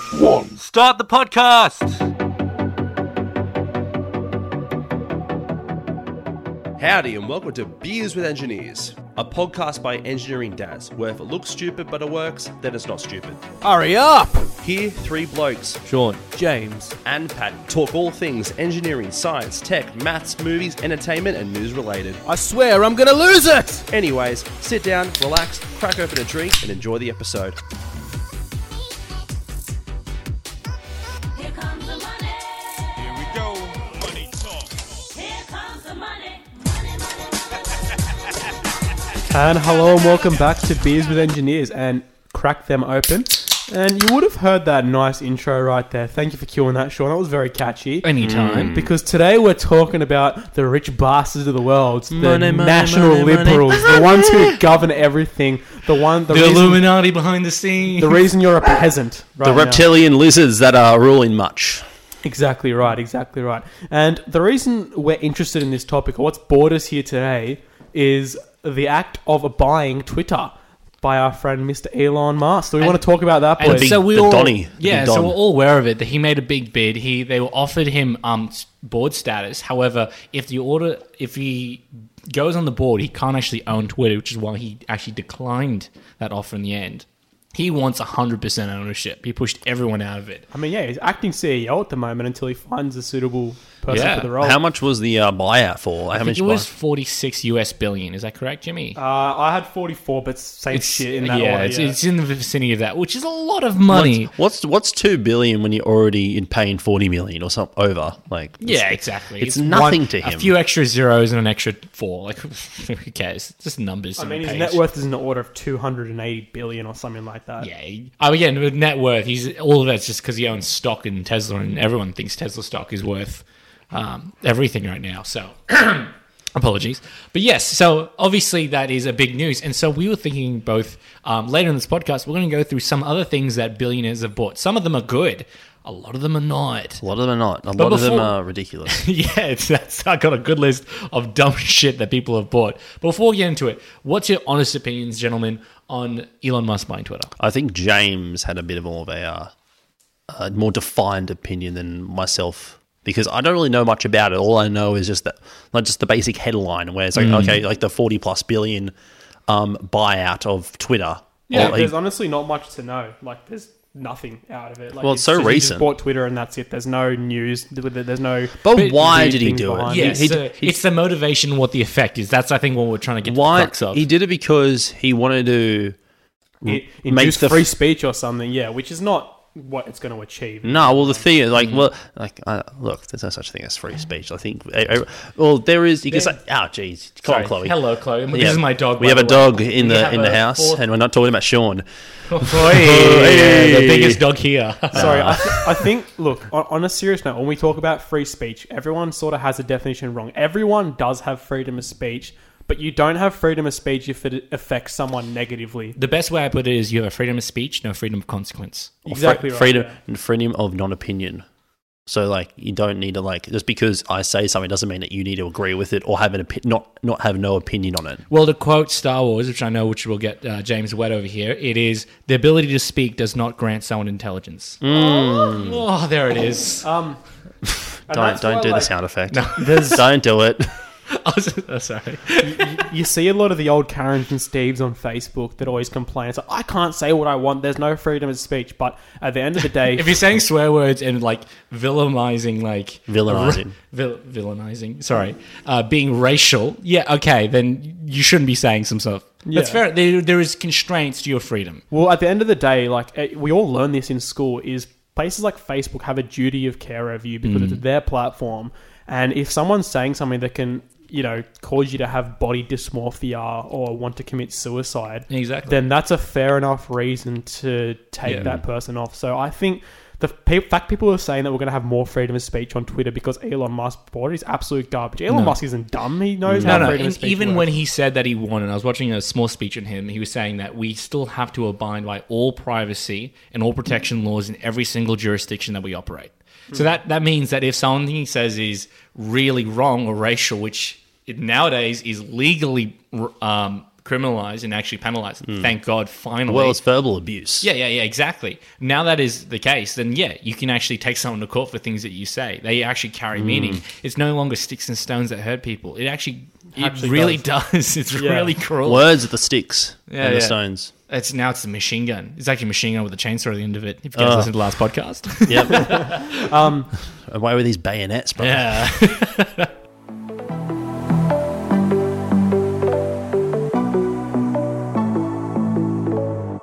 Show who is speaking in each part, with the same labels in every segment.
Speaker 1: Start the podcast.
Speaker 2: Howdy, and welcome to Beers with Engineers, a podcast by Engineering Daz, where if it looks stupid but it works, then it's not stupid.
Speaker 3: Hurry up!
Speaker 2: Here, three blokes,
Speaker 3: Sean, James,
Speaker 2: and Pat talk all things engineering, science, tech, maths, movies, entertainment, and news related.
Speaker 3: I swear I'm gonna lose it!
Speaker 2: Anyways, sit down, relax, crack open a drink, and enjoy the episode.
Speaker 4: Here comes the money.
Speaker 5: Here we go. Money talk.
Speaker 4: Here comes the money. Money, money, money.
Speaker 6: And hello and welcome back to Beers with Engineers and crack them open. And you would have heard that nice intro right there. Thank you for cueing that, Sean. That was very catchy.
Speaker 3: Anytime.
Speaker 6: Because today we're talking about the rich bastards of the world, the
Speaker 3: Money, money,
Speaker 6: national
Speaker 3: money, money.
Speaker 6: liberals, the ones who govern everything, the one, the, reason,
Speaker 3: Illuminati behind the scenes.
Speaker 6: the reason you're a peasant. Right now.
Speaker 2: lizards that are ruling much.
Speaker 6: Exactly right, exactly right. And the reason we're interested in this topic, or what's brought us here today, is the act of buying Twitter by our friend Mr. Elon Musk. So we want to talk about that,
Speaker 7: And
Speaker 6: boys.
Speaker 2: big-
Speaker 7: so we
Speaker 2: the
Speaker 7: all,
Speaker 2: Donny, the
Speaker 7: yeah,
Speaker 2: big
Speaker 7: so
Speaker 2: Don.
Speaker 7: we're all aware of it. That he made a big bid. He they were offered him um s- board status. However, if the order if he goes on the board, he can't actually own Twitter, which is why he actually declined that offer in the end. He wants hundred percent ownership. He pushed everyone out of it.
Speaker 6: I mean, yeah, he's acting CEO at the moment until he finds a suitable person
Speaker 7: Yeah.
Speaker 6: for the role.
Speaker 2: much was the uh, buyout for? How
Speaker 7: I think it was forty six US billion. Is that correct, Jimmy?
Speaker 6: uh, I had 44, but same shit in that
Speaker 7: yeah,
Speaker 6: order.
Speaker 7: it's,
Speaker 6: yeah.
Speaker 7: it's in the vicinity of that, which is a lot of money.
Speaker 2: What's what's two billion when you're already in paying forty million or something over? Like
Speaker 7: Yeah, exactly.
Speaker 2: it's nothing to him.
Speaker 7: A few extra zeros and an extra four. Like, who cares? It's just numbers.
Speaker 6: I
Speaker 7: on
Speaker 6: mean,
Speaker 7: a
Speaker 6: his
Speaker 7: page.
Speaker 6: net worth is in the order of 280 billion or something like that.
Speaker 7: Yeah. he- Oh, again, with net worth, he's all of that's just because he owns stock in Tesla, and everyone thinks Tesla stock is worth um, everything right now. So, apologies. But yes, so obviously that is a big news. And so we were thinking both um, later in this podcast, we're going to go through some other things that billionaires have bought. Some of them are good, a lot of them are not.
Speaker 2: A lot of them are not. A lot
Speaker 7: But
Speaker 2: of them
Speaker 7: before-
Speaker 2: are ridiculous.
Speaker 7: yeah, it's, that's I got a good list of dumb shit that people have bought. Before we get into it, what's your honest opinions, gentlemen, on Elon Musk buying Twitter?
Speaker 2: I think James had a bit of more of a, uh, a more defined opinion than myself because I don't really know much about it. All I know is just that, like, just the basic headline where it's like,
Speaker 7: Mm.
Speaker 2: okay, like the forty plus billion um, buyout of Twitter.
Speaker 6: Yeah,
Speaker 2: Or, like,
Speaker 6: there's honestly not much to know. Like, there's nothing out of it. Like,
Speaker 2: Well, it's so
Speaker 6: just- he just
Speaker 2: recent.
Speaker 6: bought Twitter, and that's it. There's no news. There's no.
Speaker 2: but,
Speaker 7: but
Speaker 2: why
Speaker 6: the
Speaker 2: did he
Speaker 6: thing
Speaker 2: do it?
Speaker 6: behind
Speaker 2: He-
Speaker 6: it.
Speaker 7: Yeah,
Speaker 2: he
Speaker 7: so
Speaker 2: d- he-
Speaker 7: it's the motivation, what the effect is. That's I think what we're trying to get the
Speaker 2: why
Speaker 7: crux of.
Speaker 2: he did it because he wanted to.
Speaker 6: it
Speaker 2: makes
Speaker 6: induce
Speaker 2: the-
Speaker 6: free speech or something. Yeah, which is not what it's going to achieve.
Speaker 2: No, well, the thing is,
Speaker 7: Mm.
Speaker 2: like, well, like, uh, look, there's no such thing as free speech. I think, I, I- well, there is. You can say, oh, jeez, come
Speaker 7: Sorry.
Speaker 2: on, Chloe.
Speaker 7: Hello, Chloe. This
Speaker 2: Yeah.
Speaker 7: is my dog.
Speaker 2: We
Speaker 7: by
Speaker 2: have a
Speaker 7: the way.
Speaker 2: dog in
Speaker 7: We
Speaker 2: the
Speaker 7: have
Speaker 2: in the
Speaker 7: a
Speaker 2: house,
Speaker 7: fourth-
Speaker 2: and we're not talking about Sean.
Speaker 7: Hey, the biggest dog here.
Speaker 6: Sorry, I, th- I think. Look, on, on a serious note, when we talk about free speech, everyone sort of has a definition wrong. Everyone does have freedom of speech, but you don't have freedom of speech if it affects someone negatively.
Speaker 7: the best way I put it is you have a freedom of speech, no freedom of consequence.
Speaker 6: Exactly right,
Speaker 2: freedom
Speaker 6: yeah.
Speaker 2: freedom of non-opinion. So like, you don't need to like just because I say something doesn't mean that you need to agree with it or have an opi- not not have no opinion on it.
Speaker 7: Well, to quote Star Wars, which I know, which will get uh, James wet over here, it is the ability to speak does not grant someone intelligence.
Speaker 2: Mm.
Speaker 7: Oh, there it is.
Speaker 2: Uh,
Speaker 6: Um, and
Speaker 2: Don't
Speaker 6: that's
Speaker 2: don't
Speaker 6: why,
Speaker 2: do
Speaker 6: like,
Speaker 2: the sound effect. don't do it.
Speaker 7: I was- oh, sorry.
Speaker 6: You see a lot of the old Karens and Steves on Facebook that always complain. It's like, I can't say what I want. There's no freedom of speech. But at the end of the day,
Speaker 7: If you're saying swear words and like villainizing, like
Speaker 2: Villainizing.
Speaker 7: vil- villainizing. Sorry, uh, being racial. Yeah, okay, then you shouldn't be saying some stuff. That's
Speaker 6: Yeah.
Speaker 7: fair. There, there is constraints to your freedom.
Speaker 6: Well, at the end of the day, like eh, we all learn this in school, is places like Facebook have a duty of care over you because
Speaker 7: Mm.
Speaker 6: it's their platform, and if someone's saying something that can, you know, cause you to have body dysmorphia or want to commit suicide,
Speaker 7: Exactly.
Speaker 6: then that's a fair enough reason to take
Speaker 7: Yeah.
Speaker 6: that person off. So I think. The pe- fact people are saying that we're going to have more freedom of speech on Twitter because Elon Musk bought it is absolute garbage. Elon Musk isn't dumb; he knows
Speaker 7: No,
Speaker 6: how
Speaker 7: no.
Speaker 6: freedom
Speaker 7: And
Speaker 6: of speech
Speaker 7: even
Speaker 6: works.
Speaker 7: when he said that he won, and I was watching a small speech on him, he was saying that we still have to abide by all privacy and all protection laws in every single jurisdiction that we operate. So that, that means that if something he says is really wrong or racial, which it nowadays is legally um, criminalized and actually penalized. Thank God, finally.
Speaker 2: Well, it's verbal abuse.
Speaker 7: Yeah, yeah, yeah, exactly. Now that is the case, then yeah, you can actually take someone to court for things that you say. They actually carry meaning. It's no longer sticks and stones that hurt people. It actually, it
Speaker 6: Actually
Speaker 7: really does. It's really cruel.
Speaker 2: Words are the sticks
Speaker 7: Yeah,
Speaker 2: and the
Speaker 7: yeah.
Speaker 2: stones.
Speaker 7: It's now it's the machine gun. It's actually a machine gun with a chainsaw at the end of it. If you guys
Speaker 2: Oh.
Speaker 7: listened to the last podcast,
Speaker 2: Yep. um, and why were these bayonets, bro?
Speaker 7: yeah.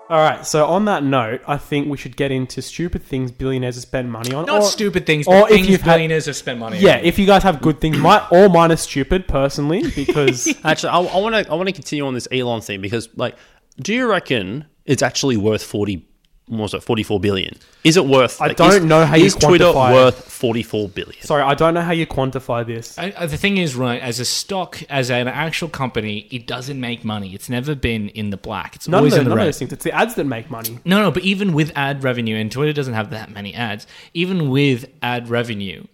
Speaker 6: All right. So on that note, I think we should get into stupid things billionaires have spent money on.
Speaker 7: Not
Speaker 6: or-
Speaker 7: stupid things,
Speaker 6: or
Speaker 7: but
Speaker 6: if
Speaker 7: things
Speaker 6: you've had-
Speaker 7: billionaires have spent money.
Speaker 6: Yeah,
Speaker 7: on.
Speaker 6: if you guys have good things, my all mine are stupid personally because
Speaker 2: Actually, I want to I want to continue on this Elon thing because, like, do you reckon it's actually worth forty? What was it forty four billion? Is it worth?
Speaker 6: I
Speaker 2: like,
Speaker 6: don't
Speaker 2: is-
Speaker 6: know how you
Speaker 2: is Twitter
Speaker 6: quantify it.
Speaker 2: worth forty four billion?
Speaker 6: sorry, I don't know how you quantify this.
Speaker 7: I, I- the thing is, right, as a stock, as an actual company, it doesn't make money. It's never been in the black. It's
Speaker 6: None, of,
Speaker 7: always
Speaker 6: the,
Speaker 7: in
Speaker 6: none
Speaker 7: the
Speaker 6: of
Speaker 7: red.
Speaker 6: those things. It's the ads that make money.
Speaker 7: No, no, but even with ad revenue, and Twitter doesn't have that many ads, even with ad revenue,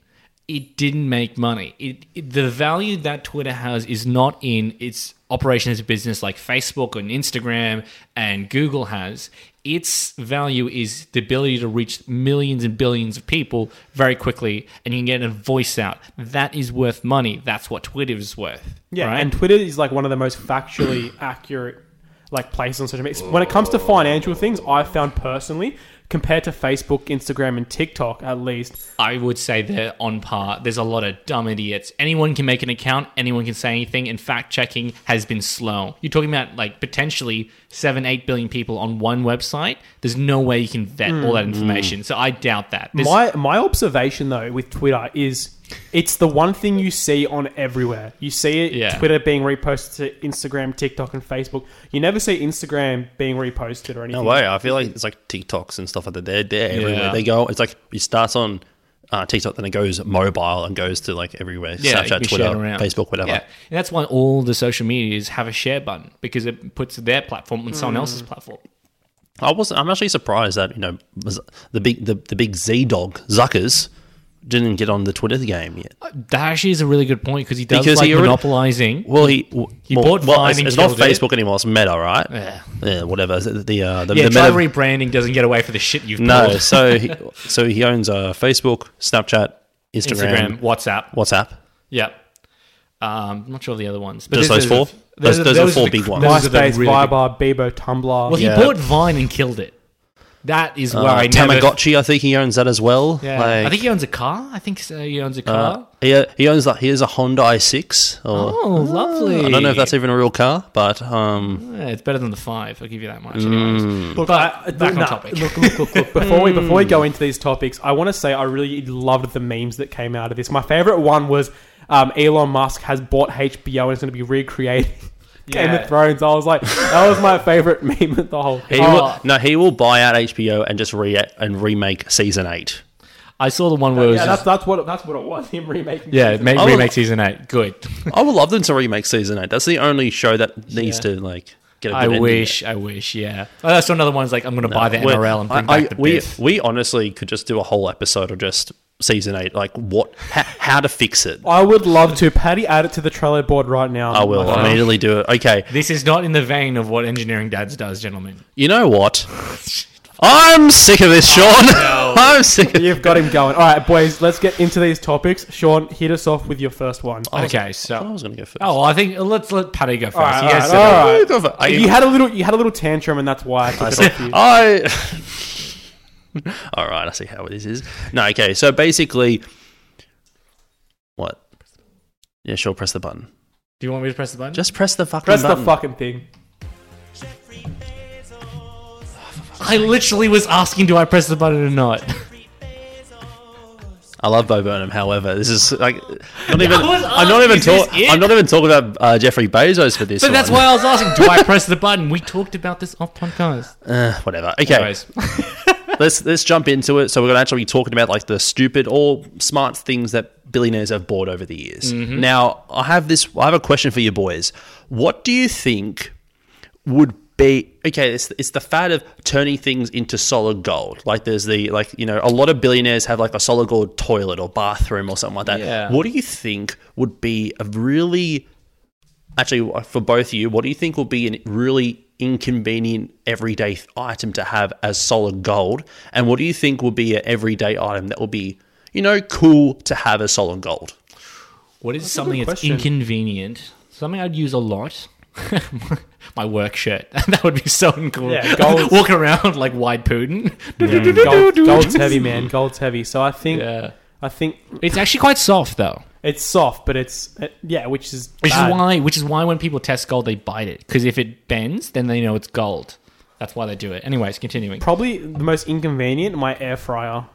Speaker 7: it didn't make money. It, it the value that Twitter has is not in its operation as a business like Facebook and Instagram and Google has. Its value is the ability to reach millions and billions of people very quickly, and you can get a voice out. That is worth money. That's what Twitter is worth.
Speaker 6: Yeah,
Speaker 7: right?
Speaker 6: and Twitter is like one of the most factually accurate like places on social media. When it comes to financial things, I found personally compared to Facebook, Instagram, and TikTok, at least.
Speaker 7: I would say they're on par. There's a lot of dumb idiots. Anyone can make an account, anyone can say anything, and fact checking has been slow. You're talking about like potentially seven, eight billion people on one website. There's no way you can vet all
Speaker 2: Mm.
Speaker 7: that information. So I doubt that. There's-
Speaker 6: My my observation though with Twitter is it's the one thing you see on everywhere. You see it
Speaker 7: Yeah.
Speaker 6: Twitter being reposted to Instagram, TikTok, and Facebook. You never see Instagram being reposted or anything.
Speaker 2: No way. I feel like it's like TikToks and stuff like that. They're, they're
Speaker 7: Yeah.
Speaker 2: everywhere. They go. It's like it starts on uh, TikTok, then it goes mobile and goes to like everywhere.
Speaker 7: yeah,
Speaker 2: Snapchat,
Speaker 7: be
Speaker 2: Twitter,
Speaker 7: shared around.
Speaker 2: Facebook, whatever.
Speaker 7: Yeah. And that's why all the social medias have a share button because it puts their platform on
Speaker 2: Mm.
Speaker 7: someone else's platform.
Speaker 2: I was. I'm actually surprised that you know Z- the big the, the big Z dog Zuckers didn't get on the Twitter game yet.
Speaker 7: That actually is a really good point because he does
Speaker 2: Because
Speaker 7: like
Speaker 2: he already-
Speaker 7: monopolizing.
Speaker 2: Well, he w-
Speaker 7: He
Speaker 2: well,
Speaker 7: bought
Speaker 2: well,
Speaker 7: Vine
Speaker 2: it's,
Speaker 7: and
Speaker 2: it's not
Speaker 7: killed it.
Speaker 2: Facebook anymore. It's Meta, right?
Speaker 7: Yeah.
Speaker 2: yeah, whatever. The the, uh, the,
Speaker 7: yeah,
Speaker 2: the
Speaker 7: try
Speaker 2: Meta
Speaker 7: rebranding doesn't get away for the shit you've
Speaker 2: no.
Speaker 7: pulled.
Speaker 2: so he, so he owns uh, Facebook, Snapchat, Instagram,
Speaker 7: Instagram, WhatsApp.
Speaker 2: WhatsApp.
Speaker 7: Yeah. Um, I'm not sure of the other ones. But
Speaker 2: Just
Speaker 7: there's-
Speaker 2: those four?
Speaker 7: there's-
Speaker 2: Those-
Speaker 7: there's-
Speaker 2: those
Speaker 7: there
Speaker 2: are
Speaker 7: was
Speaker 2: four
Speaker 7: the-
Speaker 2: big ones.
Speaker 7: there was the
Speaker 6: MySpace,
Speaker 7: really
Speaker 6: Viber,
Speaker 7: big-
Speaker 6: Bebo, Tumblr.
Speaker 7: Well, he
Speaker 2: Yeah.
Speaker 7: bought Vine and killed it. That is where
Speaker 2: Uh,
Speaker 7: I never...
Speaker 2: Tamagotchi, I think he owns that as well.
Speaker 7: Yeah.
Speaker 2: Like,
Speaker 7: I think he owns a car. I think so. he owns a car.
Speaker 2: uh, he, he owns like he has a Honda i6. Or,
Speaker 7: oh, lovely.
Speaker 2: uh, I don't know if that's even a real car, but um,
Speaker 7: Yeah, it's better than the five. I'll give you that much.
Speaker 2: Mm.
Speaker 7: anyways.
Speaker 6: Look,
Speaker 7: But
Speaker 6: I-
Speaker 7: back
Speaker 6: nah,
Speaker 7: on topic.
Speaker 6: Look, look, look, look. Before we before we go into these topics, I want to say I really loved the memes that came out of this. My favorite one was um, Elon Musk has bought HBO and is going to be recreating Game
Speaker 7: Yeah.
Speaker 6: of Thrones. I was like, that was my favorite meme of the whole.
Speaker 2: he
Speaker 6: Oh,
Speaker 2: will, no, he will buy out HBO and just re and remake season eight.
Speaker 7: I saw the one where it was
Speaker 6: yeah, that's
Speaker 7: just-
Speaker 6: that's what that's what it was. Him remaking.
Speaker 7: yeah,
Speaker 6: season-
Speaker 7: make,
Speaker 2: Oh.
Speaker 7: remake season eight. Good.
Speaker 2: I would love them to remake season eight. That's the only show that needs
Speaker 7: Yeah.
Speaker 2: to like get. A good
Speaker 7: I
Speaker 2: ending.
Speaker 7: wish. I wish. Yeah. Oh, that's another one's like I'm going to buy the
Speaker 2: We're-
Speaker 7: NRL and
Speaker 2: I-
Speaker 7: bring
Speaker 2: I-
Speaker 7: back the
Speaker 2: we,
Speaker 7: Biff.
Speaker 2: we honestly could just do a whole episode of just season eight, like what, ha, how to fix it.
Speaker 6: I would love to. Patty, add it to the Trello board right now.
Speaker 7: Oh
Speaker 2: I will
Speaker 7: Wow.
Speaker 2: immediately do it. Okay,
Speaker 7: This is not in the vein of what engineering dads does, gentlemen.
Speaker 2: you know what? I'm sick of this, Sean.
Speaker 7: Oh,
Speaker 2: I'm sick. Of-
Speaker 6: You've got him going. All right, boys, let's get into these topics. Sean, hit us off with your first one.
Speaker 7: Okay, so
Speaker 2: I was going to go first.
Speaker 7: Oh, well, I think let's let Paddy go first.
Speaker 6: right,
Speaker 7: Yes,
Speaker 6: all right, all right.
Speaker 2: I go first. I-
Speaker 6: you had a little, you had a little tantrum, and that's why I took it off you.
Speaker 2: Oh, I. All right, I see how this is. No, okay. So basically, what? Yeah, sure. Press the button.
Speaker 7: Do you want me to press the button?
Speaker 2: Just press the fucking
Speaker 6: Press
Speaker 2: button.
Speaker 6: the fucking thing.
Speaker 7: I literally was asking, do I press the button or not?
Speaker 2: I love Bo Burnham. However, this is like not even.
Speaker 7: was
Speaker 2: I'm not even
Speaker 7: asking, is
Speaker 2: talking.
Speaker 7: this it?
Speaker 2: I'm not even talking about uh, Jeffrey Bezos for this.
Speaker 7: But that's why
Speaker 2: one.
Speaker 7: I was asking, do I press the button? We talked about this off podcast.
Speaker 2: Uh, whatever. Okay,
Speaker 7: Anyways,
Speaker 2: let's let's jump into it. So we're going to actually be talking about like the stupid or smart things that billionaires have bought over the years. Now, I have this. I have a question for you boys. What do you think would be okay? It's it's the fad of turning things into solid gold. Like there's the like you know a lot of billionaires have like a solid gold toilet or bathroom or something like that.
Speaker 7: Yeah.
Speaker 2: What do you think would be a really actually for both of you, what do you think will be a really inconvenient everyday th- item to have as solid gold, and what do you think will be an everyday item that will be you know cool to have as solid gold?
Speaker 7: What is something that's
Speaker 6: question.
Speaker 7: inconvenient? Something I'd use a lot. My work shirt. that would be so cool.
Speaker 6: Yeah, gold-
Speaker 7: Walking around like wide Putin.
Speaker 6: Gold, gold's heavy, man. Gold's heavy. So I think
Speaker 7: Yeah.
Speaker 6: I think
Speaker 7: It's actually quite soft though.
Speaker 6: it's soft, but it's uh, yeah, which is
Speaker 7: Which
Speaker 6: bad.
Speaker 7: is why which is why when people test gold they bite it. Because if it bends, then they know it's gold. That's why they do it. Anyways, continuing.
Speaker 6: probably the most inconvenient. My air fryer,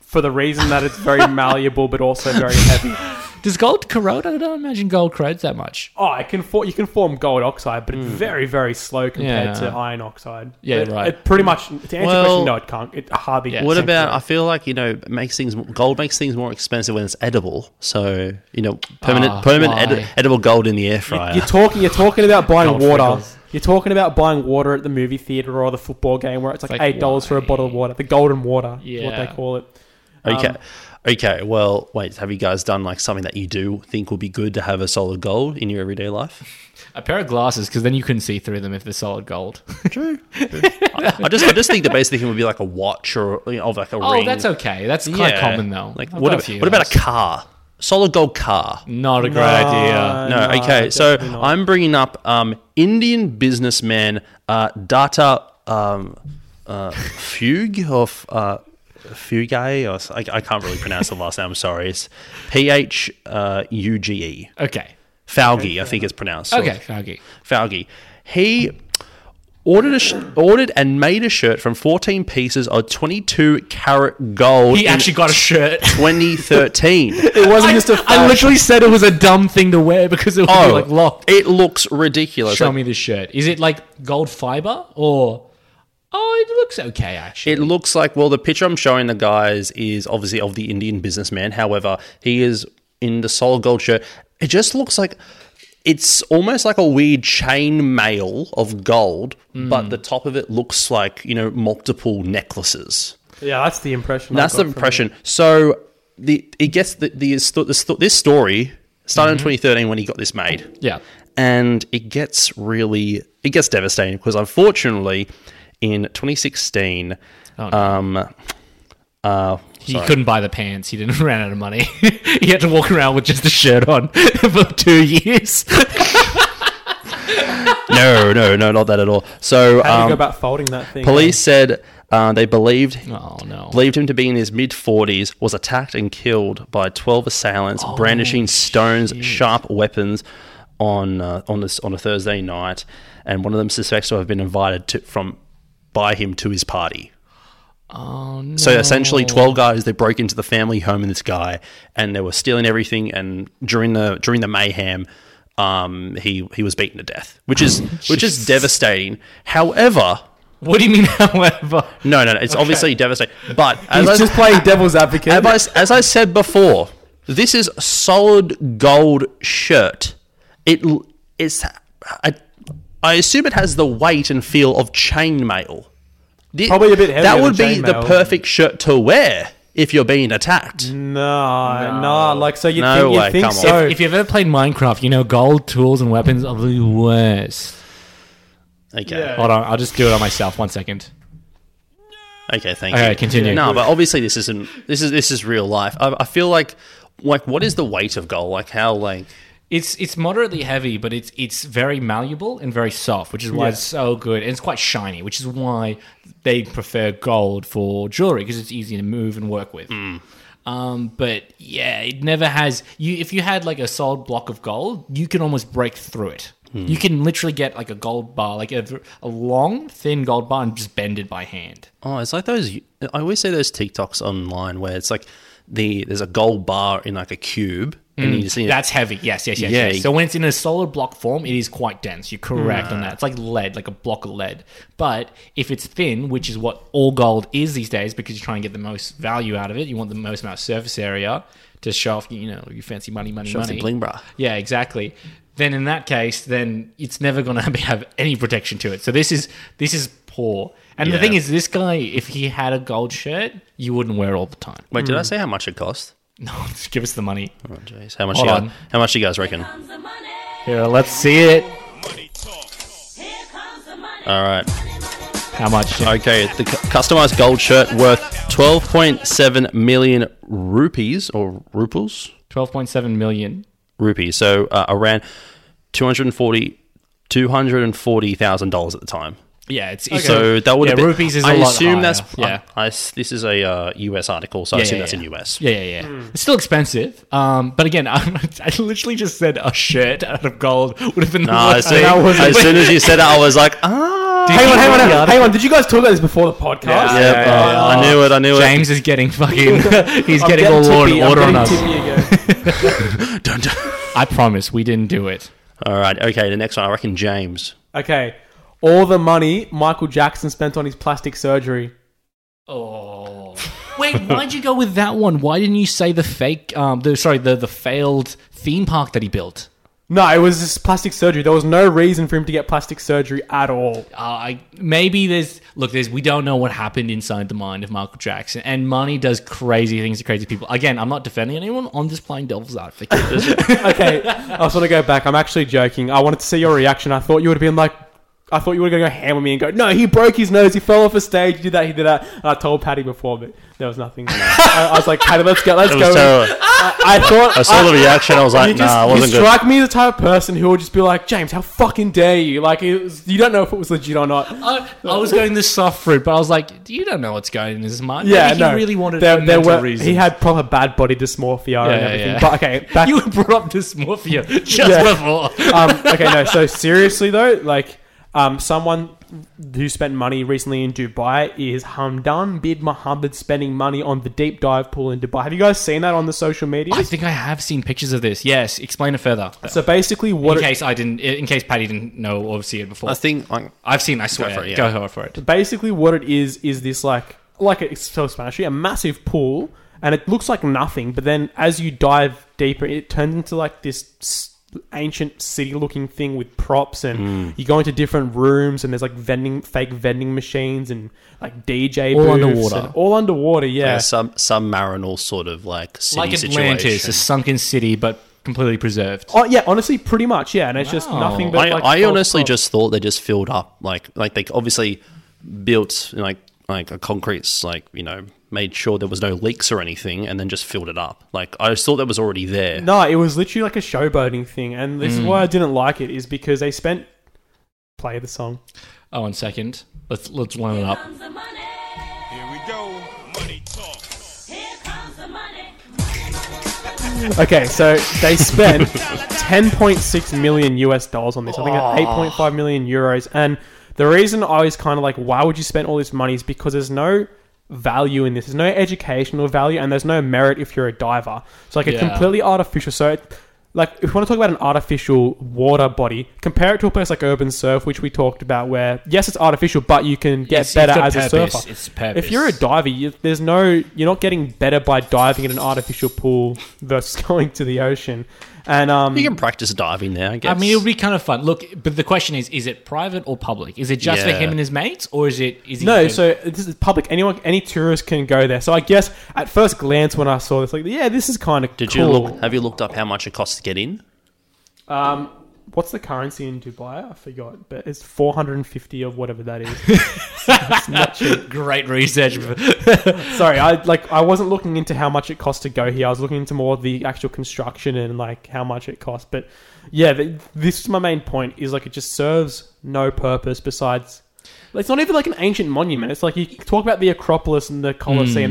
Speaker 6: for the reason that it's very malleable but also very heavy.
Speaker 7: Does gold corrode? I don't imagine gold corrodes that much.
Speaker 6: Oh, it can for, you can form gold oxide, but it's very very slow compared
Speaker 7: Yeah.
Speaker 6: to iron oxide.
Speaker 7: Yeah,
Speaker 6: It-
Speaker 7: right.
Speaker 6: It pretty much to answer
Speaker 2: Well-
Speaker 6: your question, no, it can't. It hardly.
Speaker 7: Yeah.
Speaker 2: What
Speaker 7: Same
Speaker 2: about? I feel like you know, it makes things gold makes things more expensive when it's edible. So you know, permanent
Speaker 7: Ah,
Speaker 2: permanent
Speaker 7: why?
Speaker 2: edi- edible gold in the air fryer.
Speaker 6: You're talking. You're talking about buying
Speaker 7: Gold
Speaker 6: water.
Speaker 7: freckles.
Speaker 6: You're talking about buying water at the movie theater or the football game, where it's like,
Speaker 7: Like,
Speaker 6: eight dollars for a
Speaker 7: why?
Speaker 6: bottle of water. The golden water, is what
Speaker 7: Yeah.
Speaker 6: they call it.
Speaker 2: okay,
Speaker 7: um,
Speaker 2: okay. Well, wait. Have you guys done like something that you do think will be good to have a solid gold in your everyday life?
Speaker 7: A pair of glasses, because then you couldn't see through them if they're solid gold.
Speaker 2: I, I just I just think the basic thing would be like a watch or you know, or like a
Speaker 7: oh,
Speaker 2: ring.
Speaker 7: that's okay. That's quite
Speaker 2: Yeah.
Speaker 7: common though.
Speaker 2: Like
Speaker 7: I've
Speaker 2: what?
Speaker 7: got
Speaker 2: About,
Speaker 7: few of
Speaker 2: what about
Speaker 7: those.
Speaker 2: a car? Solid gold car.
Speaker 7: Not a great idea.
Speaker 2: No,
Speaker 6: Uh, no,
Speaker 2: okay. So
Speaker 6: definitely not.
Speaker 2: I'm bringing up um, Indian businessman uh, Data um, uh, Fugue or f- uh, Fugue, or s- I, I can't really pronounce the last name. I'm sorry. It's P H uh, U G E.
Speaker 7: Okay.
Speaker 2: Faugi, I think it's pronounced.
Speaker 7: Okay, foggy.
Speaker 2: Faugi. He ordered a sh- ordered and made a shirt from 14 pieces of 22 carat gold.
Speaker 7: He
Speaker 2: in
Speaker 7: actually got a shirt.
Speaker 2: 2013.
Speaker 6: it wasn't
Speaker 7: I,
Speaker 6: just a.
Speaker 7: I
Speaker 6: fad.
Speaker 7: literally said it was a dumb thing to wear because it was
Speaker 2: oh,
Speaker 7: like locked.
Speaker 2: it looks ridiculous.
Speaker 7: Show
Speaker 2: Like,
Speaker 7: me this shirt. Is it like gold fiber or? Oh, it looks okay actually.
Speaker 2: It looks like, well, the picture I'm showing the guys is obviously of the Indian businessman. However, he is in the solid gold shirt. It just looks like it's almost like a weird chain mail of gold, but
Speaker 7: Mm.
Speaker 2: the top of it looks like, you know, multiple necklaces.
Speaker 6: yeah, that's the impression. I
Speaker 2: That's the
Speaker 6: got from it.
Speaker 2: impression. So the it gets the, the, sto- the sto- this story started
Speaker 6: Mm-hmm.
Speaker 2: in 2013 when he got this made
Speaker 7: yeah.
Speaker 2: and it gets really it gets devastating because unfortunately in 2016
Speaker 7: Oh, no.
Speaker 2: um uh
Speaker 7: He couldn't buy the pants. He didn't ran out of money. he had to walk around with just a shirt on for two years.
Speaker 2: no no no not that at all so
Speaker 6: How do you go
Speaker 2: um,
Speaker 6: about folding that thing?
Speaker 2: police said uh, they believed
Speaker 7: Oh no.
Speaker 2: believed him to be in his mid 40s was attacked and killed by 12 assailants brandishing stones sharp weapons on uh, on this on a Thursday night and one of them suspects to have been invited to, from by him to his party
Speaker 7: Oh no.
Speaker 2: So essentially, twelve guys they broke into the family home of this guy, and they were stealing everything. And during the during the mayhem, um, he he was beaten to death, which is which is devastating. However,
Speaker 7: What do you mean? However,
Speaker 2: no, no, no it's obviously devastating. But as I,
Speaker 6: He's just playing devil's
Speaker 2: as,
Speaker 6: advocate.
Speaker 2: I, as I said before, this is solid gold shirt. It l- it's I, I assume it has the weight and feel of chainmail. The-
Speaker 6: Probably a bit heavier
Speaker 2: That
Speaker 6: than
Speaker 2: would be the
Speaker 6: chainmail.
Speaker 2: perfect shirt to wear if you're being attacked.
Speaker 6: Mm, No, no, like so you
Speaker 2: No
Speaker 6: think
Speaker 2: way,
Speaker 6: you think
Speaker 2: come on.
Speaker 6: so?
Speaker 7: if you've ever played Minecraft, you know gold tools and weapons are the worst.
Speaker 2: Okay.
Speaker 7: Hold on, I'll just do it on myself. One second.
Speaker 2: Oh, Okay. Thank
Speaker 7: Okay,
Speaker 2: you.
Speaker 7: continue.
Speaker 2: No, but obviously this isn't. This is this is real life. I, I feel like, like, what is the weight of gold? Like how like
Speaker 7: It's it's moderately heavy, but it's it's very malleable and very soft, which is why
Speaker 6: Yeah.
Speaker 7: it's so good. And it's quite shiny, which is why they prefer gold for jewelry because it's easy to move and work with. Um, but yeah, it never has. You if you had like a solid block of gold, you can almost break through it. You can literally get like a gold bar, like a, a long, thin gold bar, and just bend it by hand.
Speaker 2: Oh, it's like those. I always see those TikToks online where it's like the there's a gold bar in like a cube, and you see
Speaker 7: Mm, That's heavy. Yes, yes, yes,
Speaker 2: Yeah. Mm.
Speaker 7: yes. So when it's in a solid block form, it is quite dense. You're correct on that. It's like lead, like a block of lead. But if it's thin, which is what all gold is these days, because you're trying to get the most value out of it, you want the most amount of surface area to show off, you know, your fancy money, money,
Speaker 2: Show off
Speaker 7: money,
Speaker 2: your bling bra.
Speaker 7: Yeah, exactly. Then in that case, then it's never going to have any protection to it. So this is this is poor. And the
Speaker 2: Yeah.
Speaker 7: thing is, this guy, if he had a gold shirt, you wouldn't wear all the time.
Speaker 2: Wait, did I say how much it cost?
Speaker 7: No, just give us the money.
Speaker 2: Oh, jeez. How much?
Speaker 7: Hold
Speaker 2: you
Speaker 7: on.
Speaker 2: guys, how much you guys reckon?
Speaker 4: Comes the money.
Speaker 7: Here, let's see it.
Speaker 5: Money talk.
Speaker 4: Here comes the money.
Speaker 2: All right.
Speaker 7: How much?
Speaker 2: Okay, the cu- customized gold shirt worth 12.7 million rupees or ruples?
Speaker 7: Twelve point seven million.
Speaker 2: Rupees. So uh, around 240 $240,000 at the time.
Speaker 7: Yeah, it's, it's
Speaker 2: So that would
Speaker 7: yeah,
Speaker 2: have been,
Speaker 7: rupees is a
Speaker 2: I
Speaker 7: lot
Speaker 2: assume
Speaker 7: higher. Um,
Speaker 2: that's
Speaker 7: yeah.
Speaker 2: I, I s- this is a uh, US article, so I
Speaker 7: Yeah,
Speaker 2: assume
Speaker 7: yeah,
Speaker 2: that's
Speaker 7: yeah.
Speaker 2: in US.
Speaker 7: Yeah, yeah, yeah.
Speaker 6: Hmm.
Speaker 7: It's still expensive. Um, but again, I, I literally just said a shirt out of gold would have been the
Speaker 2: Nah,
Speaker 7: worst
Speaker 2: as, soon,
Speaker 7: thing.
Speaker 2: as soon as you said it, I was like, ah,
Speaker 6: Hang on, hang on, hang on, hang on. Did you guys talk about this before the podcast?
Speaker 7: Yeah.
Speaker 2: yeah, oh, I knew it, I knew
Speaker 7: James is getting fucking. he's getting, all
Speaker 6: I'm
Speaker 7: law and
Speaker 6: tippy, I'm
Speaker 7: order on
Speaker 6: getting
Speaker 7: us.
Speaker 6: tippy again.
Speaker 2: it. Dun, dun.
Speaker 7: I promise we didn't do it.
Speaker 2: All right, okay, the next one, I reckon James.
Speaker 6: okay, all the money Michael Jackson spent on his plastic surgery.
Speaker 7: Oh. Wait, why'd you go with that one? Why didn't you say the fake? Um, the sorry, the the failed theme park that he built.
Speaker 6: No, it was just plastic surgery. There was no reason for him to get plastic surgery at all.
Speaker 7: Uh, I, maybe there's look. There's we don't know what happened inside the mind of Michael Jackson, and money does crazy things to crazy people. Again, I'm not defending anyone. I'm just playing devil's advocate.
Speaker 6: Okay, I just want to go back. I'm actually joking. I wanted to see your reaction. I thought you would have been like, I thought you were going to go ham on me and go, no, he broke his nose, he fell off a stage, he did that, he did that. And I told Patty before, but there was nothing. I, I was like, Patty, let's go, let's
Speaker 2: It
Speaker 6: go.
Speaker 2: was terrible.
Speaker 6: I, I thought
Speaker 2: I saw the reaction, I was
Speaker 6: you
Speaker 2: like,
Speaker 6: just
Speaker 2: nah, it
Speaker 6: you
Speaker 2: wasn't good.
Speaker 6: strike me as the type of person who would just be like, James, how fucking dare you? Like, it was, you don't know if it was legit or not.
Speaker 7: I, I was going the soft route, but I was like, you don't know what's going in his mind.
Speaker 6: Yeah,
Speaker 7: maybe he
Speaker 6: no.
Speaker 7: really wanted
Speaker 6: There,
Speaker 7: for
Speaker 6: there
Speaker 7: mental
Speaker 6: were.
Speaker 7: reasons.
Speaker 6: He had proper bad body dysmorphia and
Speaker 7: yeah,
Speaker 6: everything.
Speaker 7: yeah.
Speaker 6: But okay, back.
Speaker 7: You brought up dysmorphia just
Speaker 6: Yeah.
Speaker 7: before.
Speaker 6: um, okay, no. So seriously though, like, um, someone who spent money recently in Dubai is Hamdan bin Mohammed spending money on the deep dive pool in Dubai. Have you guys seen that on the social media?
Speaker 7: I think I have seen pictures of this. Yes, explain it further.
Speaker 6: So basically, what
Speaker 7: in
Speaker 6: it-
Speaker 7: case I didn't, in case Patty didn't know or see it before.
Speaker 2: I think, like,
Speaker 7: I've seen. I swear.
Speaker 2: for it, yeah.
Speaker 7: Go hard for it.
Speaker 6: basically what it is is this like like it's self-explanatory a massive pool and it looks like nothing but then as you dive deeper it turns into like this s- ancient city looking thing with props and
Speaker 2: Mm.
Speaker 6: you go into different rooms and there's like vending fake vending machines and like dj
Speaker 7: All
Speaker 6: booths
Speaker 7: underwater.
Speaker 6: and all underwater yeah,
Speaker 2: yeah, some submarinal sort of like city
Speaker 7: Like Atlantis,
Speaker 2: situation.
Speaker 7: a sunken city, but completely preserved.
Speaker 6: Oh yeah, honestly, pretty much yeah, and it's just
Speaker 7: Wow.
Speaker 6: nothing but
Speaker 2: I,
Speaker 6: like.
Speaker 2: I
Speaker 6: false
Speaker 2: honestly
Speaker 6: props.
Speaker 2: just thought they just filled up like like they obviously built like like a concrete like you know made sure there was no leaks or anything and then just filled it up like I just thought that was already there.
Speaker 6: No, it was literally like a showboating thing, and this is
Speaker 2: Mm.
Speaker 6: why I didn't like it is because they spent. Play the song.
Speaker 7: Oh, one second. Let's let's line it up.
Speaker 4: Comes the money.
Speaker 5: Here we go. Money talk.
Speaker 4: Here comes the money.
Speaker 6: Okay, so they spent 10.6 million US dollars on this. I think it's 8.5 million euros. And the reason I was kind of like, why would you spend all this money is because there's no value in this. There's no educational value and there's no merit if you're a diver. So, like, it's
Speaker 7: Yeah.
Speaker 6: completely artificial. So, it, like, if you want to talk about an artificial water body, compare it to a place like Urban Surf, which we talked about, where, yes, it's artificial, but you can get
Speaker 7: It's-
Speaker 6: better
Speaker 7: it's got
Speaker 6: as
Speaker 7: purpose.
Speaker 6: a surfer.
Speaker 7: It's purpose.
Speaker 6: If you're a diver, you, there's no you're not getting better by diving in an artificial pool versus going to the ocean. And um,
Speaker 2: You can practice diving there, I guess.
Speaker 7: I mean, it would be kind of fun. Look, but the question is: Is it private or public? Is it just for
Speaker 2: Yeah.
Speaker 7: him and his mates, or is it is he
Speaker 6: no,
Speaker 7: good?
Speaker 6: so this is public. Anyone, any tourist can go there. So I guess at first glance, when I saw this, like, yeah, this is kind of
Speaker 2: Did
Speaker 6: cool.
Speaker 2: you look? Have you looked up how much it costs to get in?
Speaker 6: Um, what's the currency in Dubai? I forgot, but it's 450 of whatever that is.
Speaker 7: great research?
Speaker 6: Sorry, I like I wasn't looking into how much it cost to go here. I was looking into more the actual construction and like how much it cost. But yeah, th this is my main point: is like it just serves no purpose besides. It's not even like an ancient monument. It's like you talk about the Acropolis and the Colosseum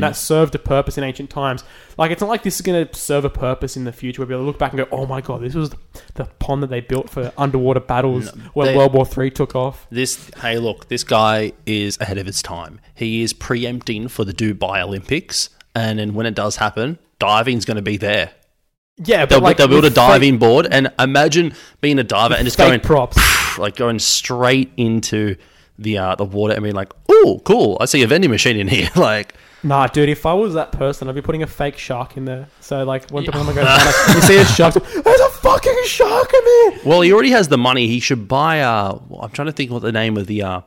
Speaker 2: Hmm.
Speaker 6: that served a purpose in ancient times. Like it's not like this is going to serve a purpose in the future. Where people look back and go, "Oh my god, this was the pond that they built for underwater battles when
Speaker 2: they-
Speaker 6: World War Three took off."
Speaker 2: This hey, look, this guy is ahead of his time. He is preempting for the Dubai Olympics, and then when it does happen, diving's going to be there.
Speaker 6: Yeah, but
Speaker 2: They'll,
Speaker 6: like
Speaker 2: they'll build a
Speaker 6: with fake-
Speaker 2: diving board, and imagine being a diver and just
Speaker 6: fake
Speaker 2: going
Speaker 6: props.
Speaker 2: like going straight into the uh, the water and being like, "Oh, cool! I see a vending machine in here." like,
Speaker 6: Nah, dude, if I was that person, I'd be putting a fake shark in there. So, like, when people go, like, you see a shark, there's a fucking shark in there!
Speaker 2: well, he already has the money. He should buy. Uh, I'm trying to think what the name of the uh,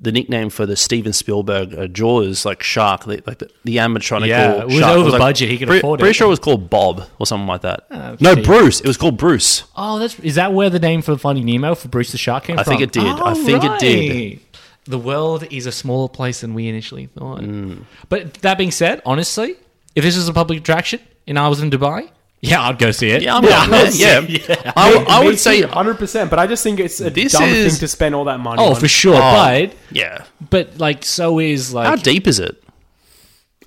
Speaker 2: the nickname for the Steven Spielberg uh, Jaws like shark, the, like the, the animatronic.
Speaker 7: Yeah, it was
Speaker 2: shark.
Speaker 7: over budget, he could
Speaker 2: pre-
Speaker 7: afford it.
Speaker 2: Pretty sure it Uh, was called Bob or something like that. no,
Speaker 7: okay.
Speaker 2: Bruce. It was called Bruce.
Speaker 7: Oh, that's is that where the name for Finding Nemo for Bruce the Shark came
Speaker 2: I
Speaker 7: from?
Speaker 2: think it did. I think it did.
Speaker 7: Alright. Oh, The world is a smaller place than we initially thought.
Speaker 2: Mm.
Speaker 7: But that being said, honestly, if this was a public attraction and I was in Dubai, yeah, I'd go see it.
Speaker 2: Yeah, I'm yeah, yeah. I, w- I would say,
Speaker 6: hundred percent. But I just think it's a
Speaker 2: This
Speaker 6: dumb
Speaker 2: is-
Speaker 6: thing to spend all that money.
Speaker 7: Oh,
Speaker 6: on.
Speaker 7: for sure. But
Speaker 2: yeah.
Speaker 7: but like so is like
Speaker 2: How deep is it?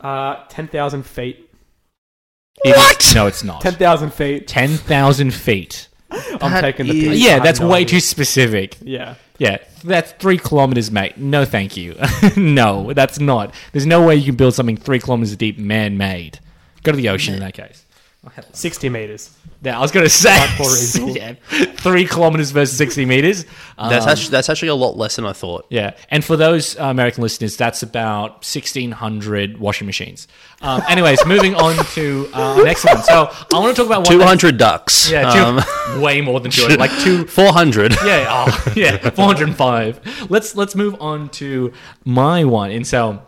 Speaker 6: Uh, ten thousand feet.
Speaker 7: what? No, it's not.
Speaker 6: Ten thousand feet.
Speaker 7: Ten thousand feet.
Speaker 6: I'm
Speaker 2: That
Speaker 6: taking the
Speaker 2: is-
Speaker 6: piss. I
Speaker 7: Yeah,
Speaker 6: have
Speaker 7: that's
Speaker 6: no
Speaker 7: way
Speaker 6: idea.
Speaker 7: too specific.
Speaker 6: Yeah.
Speaker 7: Yeah, that's three kilometers, mate. No, thank you. no, that's not. There's no way you can build something three kilometers deep, man-made. Go to the ocean in that case.
Speaker 6: Sixty meters.
Speaker 7: Now, I was going to say
Speaker 6: more reasonable.
Speaker 7: yeah, three kilometers versus sixty meters. Um,
Speaker 2: That's actually, that's actually a lot less than I thought.
Speaker 7: yeah, and for those uh, American listeners, that's about sixteen hundred washing machines. Um, anyways, moving on to uh, our next one. So I want to talk about one
Speaker 2: Two
Speaker 7: that-
Speaker 2: hundred ducks. Um,
Speaker 7: Yeah, two, way more than two. hundred, Like two
Speaker 2: four hundred.
Speaker 7: yeah, oh, yeah, 405. Let's let's move on to my one. And so,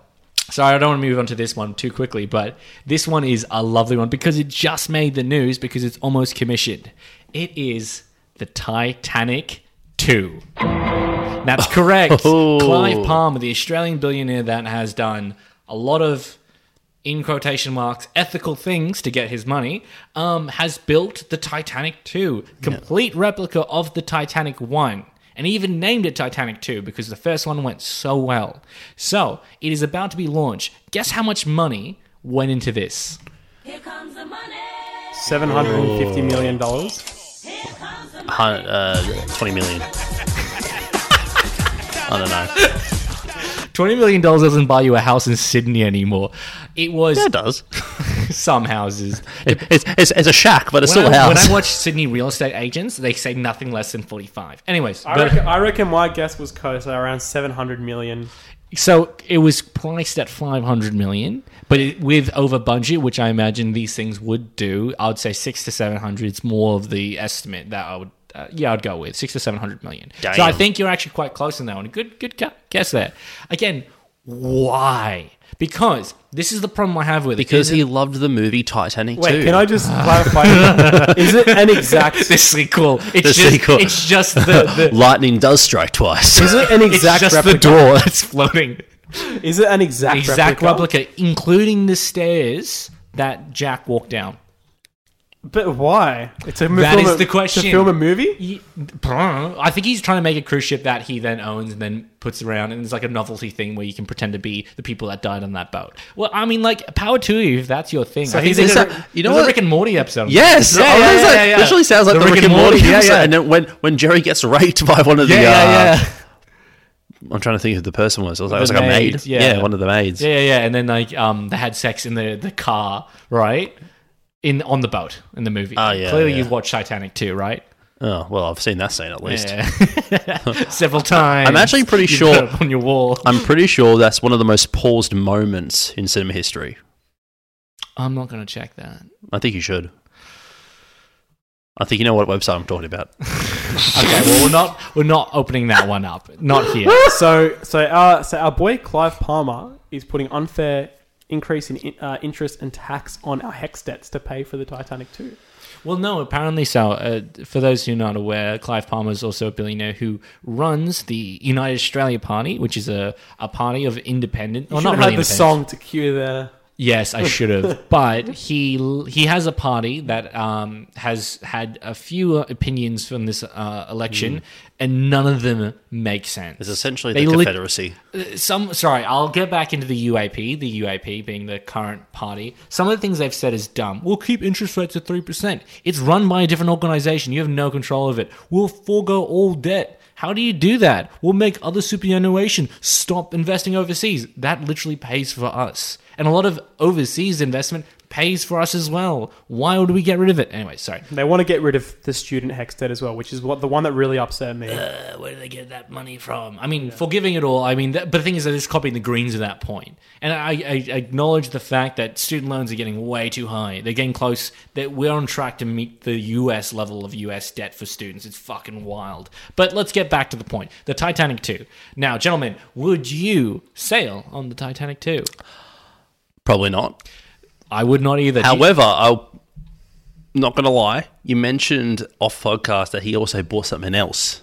Speaker 7: sorry, I don't want to move on to this one too quickly, but this one is a lovely one because it just made the news because it's almost commissioned. It is the Titanic 2. That's correct.
Speaker 2: Oh.
Speaker 7: Clive Palmer, the Australian billionaire that has done a lot of in quotation marks, ethical things to get his money, um, has built the Titanic 2, complete replica of the Titanic 1. And he even named it Titanic 2 because the first one went so well. So it is about to be launched. Guess how much money went into this?
Speaker 4: Here comes the money.
Speaker 6: Seven hundred and fifty million dollars.
Speaker 4: Here comes the money.
Speaker 2: Hun- uh, twenty million. I don't know.
Speaker 7: $20 million doesn't buy you a house in Sydney anymore. It was
Speaker 2: Yeah, it does.
Speaker 7: some houses.
Speaker 2: It's, it's, it's a shack, but it's
Speaker 7: When
Speaker 2: still a
Speaker 7: I, when
Speaker 2: house.
Speaker 7: I watch Sydney real estate agents, they say nothing less than 45. Anyways,
Speaker 6: I
Speaker 7: but-
Speaker 6: reckon, I reckon my guess was close, around seven hundred million.
Speaker 7: So it was priced at 500 million, but it, with over budget, which I imagine these things would do, I would say six to 700 is more of the estimate that I would, uh, yeah, I'd go with six to 700 million. So I
Speaker 2: Damn.
Speaker 7: think you're actually quite close in that one. Good, good gu- guess there. Again, why? Because this is the problem I have with it.
Speaker 2: because
Speaker 7: Is it.
Speaker 2: he loved the movie Titanic
Speaker 6: Wait,
Speaker 2: too.
Speaker 6: can I just clarify? is it an exact?
Speaker 7: this sequel, it's
Speaker 2: The
Speaker 7: just,
Speaker 2: sequel.
Speaker 7: it's just the, the
Speaker 2: Lightning does strike twice.
Speaker 6: Is it an exact
Speaker 7: it's just
Speaker 6: replica?
Speaker 7: the door that's floating.
Speaker 6: Is it an exact
Speaker 7: exact
Speaker 6: replica?
Speaker 7: replica, including the stairs that Jack walked down.
Speaker 6: But why? It's a
Speaker 7: That
Speaker 6: film
Speaker 7: is
Speaker 6: a-
Speaker 7: the question.
Speaker 6: To film a movie?
Speaker 7: Ye- I think he's trying to make a cruise ship that he then owns and then puts around, and it's like a novelty thing where you can pretend to be the people that died on that boat. Well, I mean, like power to you if that's your thing. So I think
Speaker 6: he's
Speaker 7: there's
Speaker 2: in a-
Speaker 7: a,
Speaker 2: you know
Speaker 7: there's a
Speaker 2: what?
Speaker 7: Rick and Morty episode.
Speaker 2: Yes,
Speaker 7: Yeah,
Speaker 2: I
Speaker 7: yeah,
Speaker 2: was like,
Speaker 7: yeah, yeah.
Speaker 2: literally sounds like the, Rick, and Morty.
Speaker 7: yeah,
Speaker 2: episode.
Speaker 7: yeah.
Speaker 2: And then when when Jerry gets raped by one of the,
Speaker 7: yeah, yeah,
Speaker 2: uh,
Speaker 7: yeah.
Speaker 2: I'm trying to think who the person was. I was like, it was
Speaker 7: The
Speaker 2: like a
Speaker 7: maid,
Speaker 2: maid.
Speaker 7: yeah.
Speaker 2: Yeah. one of the maids.
Speaker 7: Yeah, yeah, yeah. And then like um, they had sex in the the car, right? In on the boat in the movie.
Speaker 2: Oh, yeah,
Speaker 7: Clearly,
Speaker 2: yeah.
Speaker 7: you've watched Titanic too, right?
Speaker 2: Oh well, I've seen that scene at least.
Speaker 7: Yeah. Several times.
Speaker 2: I'm actually pretty
Speaker 7: You
Speaker 2: sure-
Speaker 7: put up on your wall.
Speaker 2: I'm pretty sure that's one of the most paused moments in cinema history.
Speaker 7: I'm not going to check that.
Speaker 2: I think you should. I think you know what website I'm talking about.
Speaker 7: Okay, well we're not we're not opening that one up. Not here.
Speaker 6: So, so our so our boy Clive Palmer is putting unfair increase in in- uh, interest and tax on our hex debts to pay for the Titanic too.
Speaker 7: Well, no, apparently so. Uh, for those who are not aware, Clive Palmer is also a billionaire who runs the United Australia Party, which is a, a party of independent. Well,
Speaker 6: Should
Speaker 7: not
Speaker 6: have
Speaker 7: really
Speaker 6: had the
Speaker 7: independent.
Speaker 6: song to cue the.
Speaker 7: Yes, I should have. but he he has a party that um, has had a few opinions from this uh,
Speaker 6: Mm.
Speaker 7: election, and none of them make sense.
Speaker 2: It's essentially
Speaker 7: They
Speaker 2: the
Speaker 7: lit-
Speaker 2: Confederacy.
Speaker 7: some sorry, I'll get back into the UAP, the UAP being the current party. Some of the things they've said is dumb. We'll keep interest rates at 3%. It's run by a different organization. You have no control of it. We'll forego all debt. How do you do that? We'll make other superannuation stop investing overseas. That literally pays for us. And a lot of overseas investment pays for us as well. Why would we get rid of it? Anyway, sorry.
Speaker 6: They want to get rid of the student hex debt as well, which is what the one that really upset me.
Speaker 7: Uh, where do they get that money from? I mean, for giving it all, I mean, that, but the thing is, they're just copying the Greens at that point. And I, I acknowledge the fact that student loans are getting way too high. They're getting close. That we're on track to meet the U.S. level of U.S. debt for students. It's fucking wild. But let's get back to the point. The Titanic two. Now, gentlemen, would you sail on the Titanic two?
Speaker 2: Probably not.
Speaker 7: I would not either.
Speaker 2: However, I'll not gonna lie. You mentioned off podcast that he also bought something else.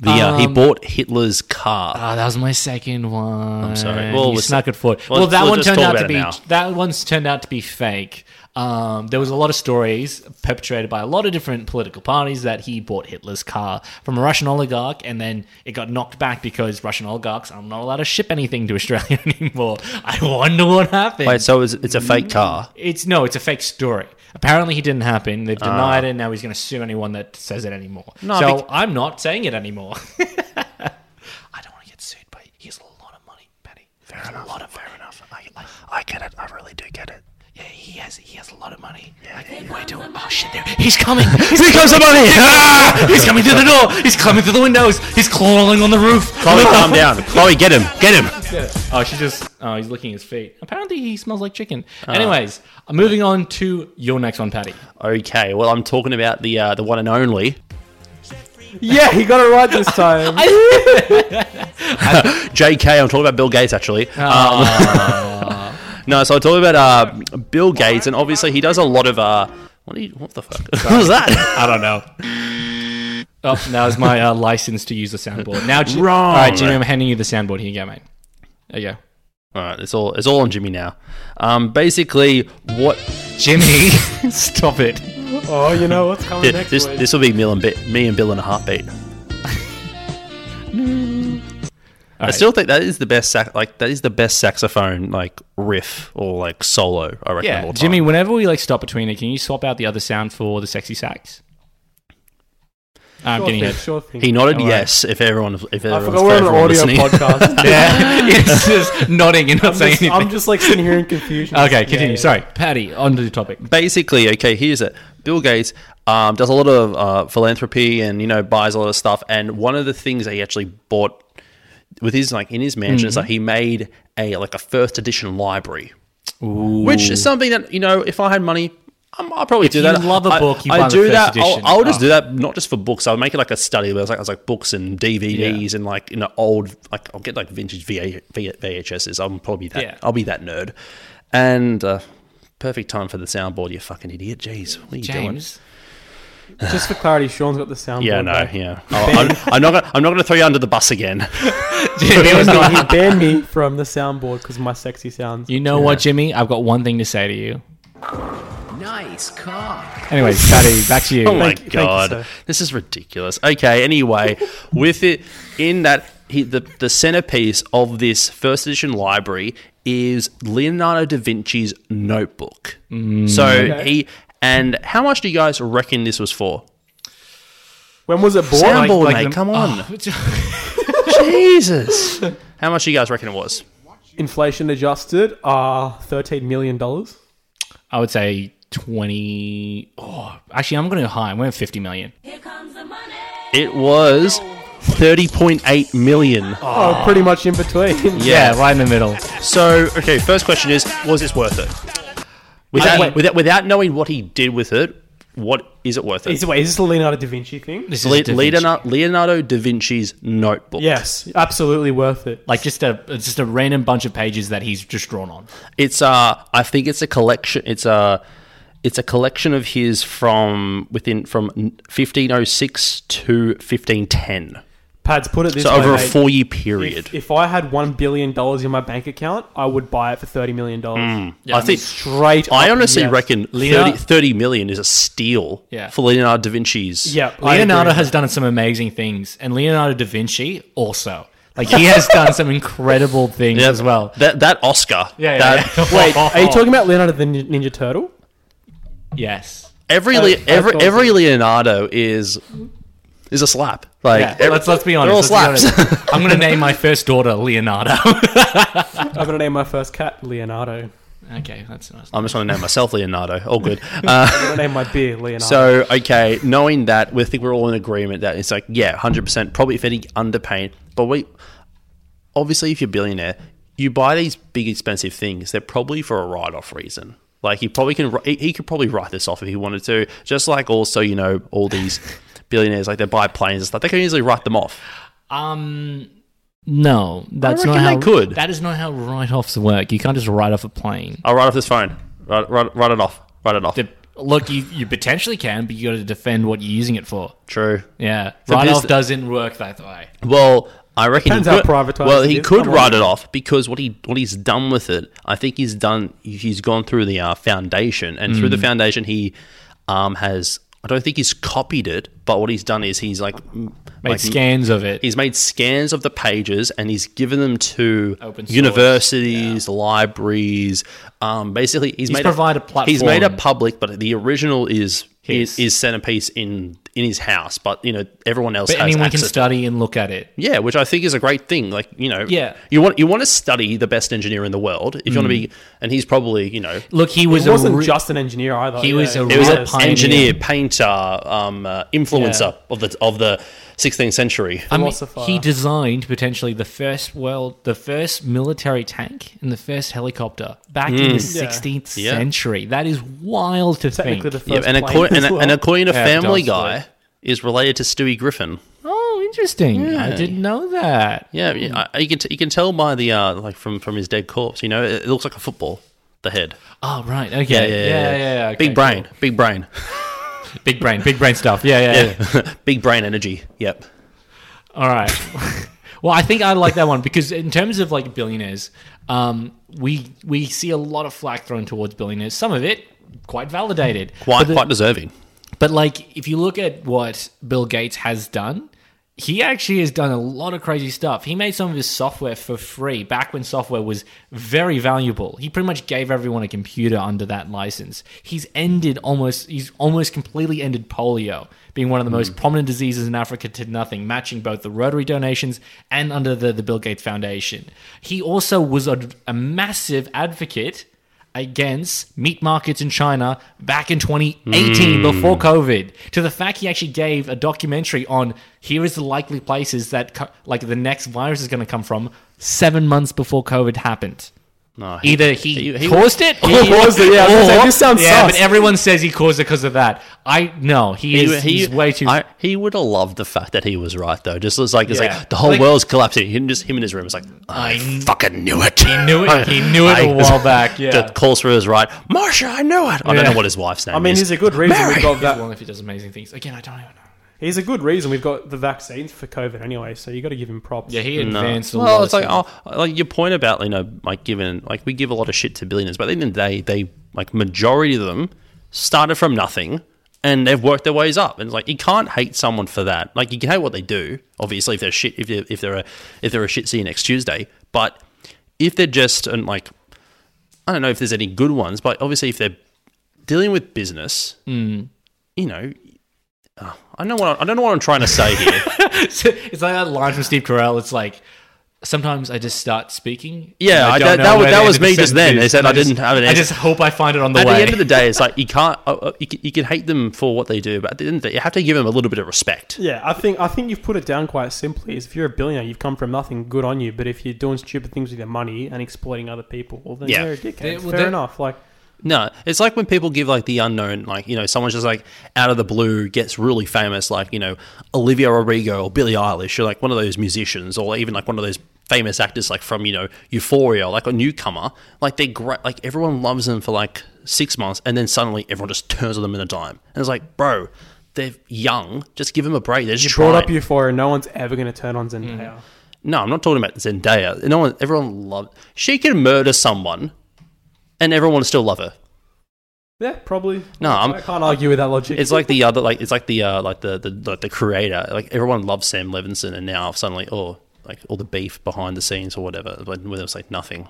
Speaker 2: The, uh, he
Speaker 7: Um,
Speaker 2: bought Hitler's car.
Speaker 7: Oh, that was my second one. I'm
Speaker 2: sorry. Well,
Speaker 7: Well, you
Speaker 2: listen-
Speaker 7: snuck it forward.
Speaker 2: well,
Speaker 7: Well, that
Speaker 2: we'll
Speaker 7: one
Speaker 2: just
Speaker 7: turned
Speaker 2: talk
Speaker 7: out
Speaker 2: about
Speaker 7: to
Speaker 2: it
Speaker 7: be
Speaker 2: now.
Speaker 7: that one's turned out to be fake. Um, there was a lot of stories perpetrated by a lot of different political parties that he bought Hitler's car from a Russian oligarch, and then it got knocked back because Russian oligarchs are not allowed to ship anything to Australia anymore. I wonder what happened.
Speaker 2: Wait, so it's, it's a
Speaker 7: Mm.
Speaker 2: fake car.
Speaker 7: It's no, it's a fake story. Apparently, he didn't happen. They've denied it. and Now he's going to sue anyone that says it anymore.
Speaker 2: No,
Speaker 7: so
Speaker 2: bec-
Speaker 7: I'm not saying it anymore. I don't want to get sued, but he has a lot of money, Patty. Fair enough. A lot of fair enough. I, I get it. I really do get it. Yeah, he has he has a lot of money. Yeah, we're doing. Oh shit! There, he's coming. He's here comes the money. Ah! He's coming through the door. He's climbing through the windows. He's crawling on the roof.
Speaker 2: Chloe, calm down. Chloe, get him. Get him.
Speaker 7: Oh, she just. Oh, he's licking his feet. Apparently, he smells like chicken.
Speaker 6: Ah.
Speaker 7: Anyways, moving on to your next one, Patty.
Speaker 2: Okay, well, I'm talking about the uh, the one and only
Speaker 6: yeah, he got it right this time.
Speaker 2: JK, I'm talking about Bill Gates actually.
Speaker 7: Ah.
Speaker 2: Um, no, so I'm talking about uh, Bill Gates, and obviously he does a lot of. Uh, what, do you, what the fuck? what was that?
Speaker 7: I don't know. Oh, that was my uh, license to use the soundboard. Now, Ji-
Speaker 2: Wrong.
Speaker 7: All right, Jimmy, I'm handing you the soundboard. Here you go, mate. There you go.
Speaker 2: all right, it's all it's all on Jimmy now. Um, basically, what
Speaker 7: Jimmy, stop it.
Speaker 6: oh, you know what's coming next?
Speaker 2: this
Speaker 6: week?
Speaker 2: this will be Bill and Bi- me and Bill in a heartbeat. I
Speaker 7: right.
Speaker 2: still think that is the best sax- like that is the best saxophone like riff or like solo. I reckon. of
Speaker 7: Yeah,
Speaker 2: all time.
Speaker 7: Jimmy. Whenever we like stop between it, can you swap out the other sound for the sexy sax? I'm
Speaker 6: sure
Speaker 7: getting
Speaker 6: thing,
Speaker 7: it.
Speaker 6: sure thing.
Speaker 2: He nodded
Speaker 7: All right.
Speaker 2: yes. If everyone, if
Speaker 6: I
Speaker 2: everyone's
Speaker 6: forgot we're on an
Speaker 2: everyone
Speaker 6: audio
Speaker 2: listening.
Speaker 6: podcast.
Speaker 7: Yeah, it's just nodding and not saying
Speaker 6: Just-
Speaker 7: anything.
Speaker 6: I'm just like sitting here in confusion.
Speaker 7: okay, continue.
Speaker 6: Yeah, yeah.
Speaker 7: Sorry, Patty. On to the topic.
Speaker 2: basically, okay, here's it. Bill Gates um, does a lot of uh, philanthropy and you know buys a lot of stuff. And one of the things that he actually bought with his like in his mansion
Speaker 7: Mm-hmm.
Speaker 2: is that he made a like a first edition library, which is something that you know if I had money. I'm, I'll probably do
Speaker 7: you
Speaker 2: that.
Speaker 7: love a
Speaker 2: I-
Speaker 7: book, you
Speaker 2: I,
Speaker 7: buy the
Speaker 2: do
Speaker 7: first
Speaker 2: that. I'll,
Speaker 7: edition.
Speaker 2: I'll just
Speaker 7: Oh.
Speaker 2: do that, not just for books. I'll make it like a study. But it's like it's like books and DVDs and like you know old like I'll get like vintage VA, v, VHSs. I'm probably that.
Speaker 7: Yeah.
Speaker 2: I'll be that nerd. And uh, perfect time for the soundboard. You fucking idiot. Jeez, what are you
Speaker 7: James.
Speaker 6: Just for clarity, Sean's got the sound.
Speaker 2: doing? Yeah, no, yeah. I'll- I'm, I'm not. Gonna, I'm not going to throw you under the bus again.
Speaker 7: Jimmy was not-
Speaker 6: he banned me from the soundboard because my sexy sounds.
Speaker 7: You know what, Jimmy? I've got one thing to say to you.
Speaker 3: Nice car.
Speaker 7: Anyways, Patty, back to you.
Speaker 2: Oh my
Speaker 6: Thank you- thank you,
Speaker 2: god,
Speaker 6: sir.
Speaker 2: this is ridiculous. Okay, anyway, with it in that he, the the centerpiece of this first edition library is Leonardo da Vinci's notebook. so he and how much do you guys reckon this was for?
Speaker 6: When was it born?
Speaker 2: Soundboard,
Speaker 7: like
Speaker 2: mate,
Speaker 7: the-
Speaker 2: come on,
Speaker 7: Oh,
Speaker 2: Jesus! How much do you guys reckon it was?
Speaker 6: Inflation adjusted, uh, thirteen million dollars.
Speaker 7: I would say 20. Oh, actually, I'm going to go high. I'm going 50 million.
Speaker 4: Here comes the money.
Speaker 2: It was thirty point eight million.
Speaker 6: Oh, pretty much in between.
Speaker 2: Yeah.
Speaker 7: right in the middle.
Speaker 2: So, okay, first question is, was this worth it? Without,
Speaker 7: wait.
Speaker 2: without, without knowing what he did with it, what is it worth it?
Speaker 6: Is, wait, is this a Leonardo da Vinci thing?
Speaker 7: This
Speaker 2: Le-
Speaker 7: is Da Vinci.
Speaker 2: Leonardo, Leonardo da Vinci's notebook.
Speaker 6: Yes, absolutely worth it.
Speaker 7: Like just a it's just a random bunch of pages that he's just drawn on.
Speaker 2: It's uh I think it's a collection it's a it's a collection of his from within from 1506 to 1510.
Speaker 6: Pads, put it this
Speaker 2: So
Speaker 6: way.
Speaker 2: over a
Speaker 6: mate.
Speaker 2: 4-year period.
Speaker 6: If, if I had one billion dollars in my bank account, I would buy it for thirty million dollars.
Speaker 2: I think
Speaker 6: Straight.
Speaker 2: I
Speaker 6: up,
Speaker 2: honestly
Speaker 6: yes.
Speaker 2: reckon 30,
Speaker 7: Leonardo-
Speaker 2: 30 million is a steal
Speaker 7: Yeah.
Speaker 2: for Leonardo da Vinci's.
Speaker 6: Yeah, I
Speaker 7: Leonardo
Speaker 6: agree.
Speaker 7: has done some amazing things, and Leonardo da Vinci also. Like he has done some incredible things
Speaker 2: Yeah,
Speaker 7: as well.
Speaker 2: That that Oscar.
Speaker 7: Yeah, yeah,
Speaker 2: that,
Speaker 7: yeah. Oh,
Speaker 6: Wait, are
Speaker 2: Oh.
Speaker 6: you talking about Leonardo the Nin- Ninja Turtle?
Speaker 7: Yes.
Speaker 2: every
Speaker 6: Uh,
Speaker 2: Le-
Speaker 6: that's
Speaker 2: every
Speaker 6: awesome.
Speaker 2: every Leonardo is is a slap. Like
Speaker 7: Yeah,
Speaker 2: ev-
Speaker 7: let's let's be honest.
Speaker 2: they're all
Speaker 7: let's be
Speaker 2: slaps.
Speaker 7: honest. I'm gonna name my first daughter Leonardo.
Speaker 6: I'm gonna name my first cat Leonardo.
Speaker 7: Okay, that's nice.
Speaker 2: I'm just trying to name myself Leonardo. All good. Uh,
Speaker 6: I name my beer Leonardo.
Speaker 2: so, okay, knowing that, we think we're all in agreement that it's like, yeah, 100%, probably if any, underpaid. But we, obviously, if you're a billionaire, you buy these big, expensive things. They're probably for a write off reason. Like, he probably can, he, he could probably write this off if he wanted to. Just like also, you know, all these billionaires, like they buy planes and stuff, they can easily write them off.
Speaker 7: Um, no, that's not
Speaker 2: reckon
Speaker 7: how
Speaker 2: they could.
Speaker 7: That is not how write-offs work. You can't just write off a plane.
Speaker 2: I'll write off this phone. Write, write, write it off. Write it off.
Speaker 7: The- look, you, you potentially can, but you got to defend what you're using it for.
Speaker 2: True.
Speaker 7: Yeah,
Speaker 2: So
Speaker 7: write off
Speaker 2: bus-
Speaker 7: doesn't work that way.
Speaker 2: Well, I reckon
Speaker 6: Depends
Speaker 2: he
Speaker 6: how
Speaker 2: could,
Speaker 6: privatised
Speaker 2: Well,
Speaker 6: it
Speaker 2: he
Speaker 6: is.
Speaker 2: could
Speaker 6: Come on.
Speaker 2: write it off because what he what he's done with it, I think he's done. He's gone through the uh, foundation, and through the foundation, he um, has. I don't think he's copied it, but what he's done is he's like made
Speaker 7: Made scans of it.
Speaker 2: He's made scans of the pages and he's given them to
Speaker 7: Open source,
Speaker 2: universities, libraries. Um, basically, he's, made
Speaker 7: provided a
Speaker 2: He's made it
Speaker 7: platform.
Speaker 2: public, but the original is
Speaker 7: His.
Speaker 2: is, is centerpiece in in his house. But you know, everyone else
Speaker 7: but
Speaker 2: has
Speaker 7: anyone can
Speaker 2: access to
Speaker 7: study and look at it.
Speaker 2: yeah, which I think is a great thing. Like you know,
Speaker 7: Yeah. Mm.
Speaker 2: you want you want to study the best engineer in the world. If you want to be, and he's probably you know,
Speaker 7: Look, he was
Speaker 6: He wasn't
Speaker 7: a re-
Speaker 6: just an engineer either.
Speaker 7: He was a
Speaker 2: he was
Speaker 7: real
Speaker 2: an
Speaker 6: artist.
Speaker 7: pioneer.
Speaker 2: engineer, painter, um, uh, influencer of the of the 16th century.
Speaker 7: I mean,
Speaker 6: philosopher.
Speaker 7: he designed potentially the first world, the first military tank and the first helicopter back in the
Speaker 6: Yeah.
Speaker 7: 16th
Speaker 2: Yeah.
Speaker 7: century. That is wild to think.
Speaker 6: Technically, the first
Speaker 2: Yeah, and,
Speaker 6: plane
Speaker 2: according,
Speaker 6: as
Speaker 2: and,
Speaker 6: well.
Speaker 2: and according to
Speaker 7: Yeah,
Speaker 2: Family
Speaker 7: Dawson.
Speaker 2: Guy, is related to Stewie Griffin.
Speaker 7: oh, interesting! I didn't know that.
Speaker 2: Yeah, yeah, I, you can t- you can tell by the uh, like from from his dead corpse. You know, it, it looks like a football. The head.
Speaker 7: Oh, right. Okay. Yeah, yeah, yeah. okay,
Speaker 2: Big brain. Big brain.
Speaker 7: cool. big brain, big brain stuff. Yeah, yeah. yeah.
Speaker 2: big brain energy. Yep.
Speaker 7: All right. well, I think I like that one because in terms of like billionaires, um, we we see a lot of flack thrown towards billionaires. Some of it quite validated.
Speaker 2: Quite
Speaker 7: But the-
Speaker 2: quite deserving.
Speaker 7: But like, if you look at what Bill Gates has done, he actually has done a lot of crazy stuff. He made some of his software for free back when software was very valuable. He pretty much gave everyone a computer under that license. He's ended almost he's almost completely ended polio, being one of the most prominent diseases in Africa to nothing, matching both the Rotary donations and under the, the Bill Gates Foundation. He also was a, a massive advocate against meat markets in China back in 2018 before COVID to the fact he actually gave a documentary on here is the likely places that co- like the next virus is going to come from 7 months before COVID happened.
Speaker 2: No, he-
Speaker 7: Either he,
Speaker 2: he-
Speaker 7: caused it, or,
Speaker 6: caused it, yeah, I was gonna say, this sounds
Speaker 7: yeah,
Speaker 6: sus.
Speaker 7: but everyone says he caused it because of that. I no, he, is he's way too.
Speaker 2: I, he would have loved the fact that he was right though. Just it's like it's
Speaker 7: Yeah.
Speaker 2: like the whole
Speaker 7: Like-
Speaker 2: world's collapsing. Him just him in his room. It's like I,
Speaker 7: I-
Speaker 2: fucking knew it.
Speaker 7: he knew it. He knew it a while back. Yeah,
Speaker 2: The calls for his right. Marsha, I knew it. I don't
Speaker 7: Yeah.
Speaker 2: know what his wife's name.
Speaker 6: I mean,
Speaker 2: is.
Speaker 6: he's a good reason
Speaker 2: Mary!
Speaker 6: we've got that.
Speaker 7: well, if he does amazing things again, I don't even know.
Speaker 6: He's a good reason we've got the vaccines for COVID anyway. So you got to give him props.
Speaker 7: Yeah, he advanced. a lot
Speaker 2: Well,
Speaker 7: of
Speaker 2: it's like
Speaker 7: stuff.
Speaker 2: oh, like your point about you know like giving like we give a lot of shit to billionaires, but at the end of the day, they like majority of them started from nothing and they've worked their ways up. And it's like you can't hate someone for that. Like you can hate what they do, obviously if they're shit, if they're, if they're a if they're a shit see you next Tuesday, but if they're just and like I don't know if there's any good ones, but obviously if they're dealing with business, you know. oh, I know what I, I don't know what I'm trying to say here.
Speaker 7: it's like that line from Steve Carell. It's like sometimes I just start speaking.
Speaker 2: Yeah,
Speaker 7: and
Speaker 2: I-
Speaker 7: don't
Speaker 2: that-
Speaker 7: know
Speaker 2: that was-
Speaker 7: where the
Speaker 2: that
Speaker 7: end
Speaker 2: was
Speaker 7: of the
Speaker 2: me just
Speaker 7: sentence
Speaker 2: then. They
Speaker 7: is,
Speaker 2: said
Speaker 7: and
Speaker 2: I didn't
Speaker 7: just-
Speaker 2: have an
Speaker 7: I
Speaker 2: answer.
Speaker 7: just hope I find it on the
Speaker 2: at
Speaker 7: way.
Speaker 2: the end of the day, it's like you can't uh, uh, you, can, you can hate them for what they do, but at the end of the day, you have to give them a little bit of respect.
Speaker 6: Yeah, I think I think you've put it down quite simply. Is if you're a billionaire, you've come from nothing. Good on you. But if you're doing stupid things with your money and exploiting other people, well, then
Speaker 2: Yeah.
Speaker 6: you're a dickhead.
Speaker 7: They- well,
Speaker 6: Fair
Speaker 7: they-
Speaker 6: enough. Like
Speaker 2: No, it's like when people give like the unknown, like you know, someone's just like out of the blue gets really famous, like you know, Olivia Rodrigo or Billie Eilish, or like one of those musicians, or even like one of those famous actors, like from you know Euphoria, like a newcomer. Like they're great, like everyone loves them for like six months, and then suddenly everyone just turns on them in a dime, and it's like, bro, they're young, just give them a break. They're just
Speaker 6: you brought
Speaker 2: trying.
Speaker 6: up Euphoria, no one's ever going to turn on Zendaya.
Speaker 2: Mm-hmm. No, I'm not talking about Zendaya. No one, everyone loved. She can murder someone, and everyone will still love her.
Speaker 6: Yeah, probably.
Speaker 2: No,
Speaker 6: I
Speaker 2: I'm.
Speaker 6: can't argue with that logic.
Speaker 2: It's like the other, like it's like the uh, like the the like the creator. Like everyone loves Sam Levinson, and now suddenly, oh, like all the beef behind the scenes or whatever. But when it's like nothing.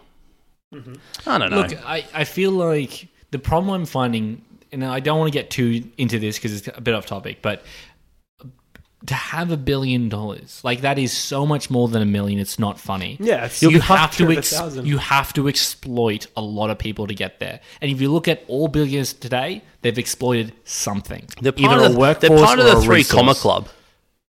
Speaker 2: I don't know.
Speaker 7: Look, I, I feel like the problem I'm finding, and I don't want to get too into this because it's a bit off topic, but to have a billion dollars, like that is so much more than a million. It's not funny.
Speaker 6: Yeah, it's
Speaker 7: you
Speaker 6: the
Speaker 7: have
Speaker 6: culture
Speaker 7: to
Speaker 6: of a
Speaker 7: ex-
Speaker 6: thousand.
Speaker 7: you have to exploit a lot of people to get there. And if you look at all billionaires today, they've exploited something.
Speaker 2: They're part
Speaker 7: Either
Speaker 2: of
Speaker 7: a
Speaker 2: the,
Speaker 7: workforce
Speaker 2: they're part of
Speaker 7: or
Speaker 2: the
Speaker 7: a
Speaker 2: three
Speaker 7: resource.
Speaker 2: comma club.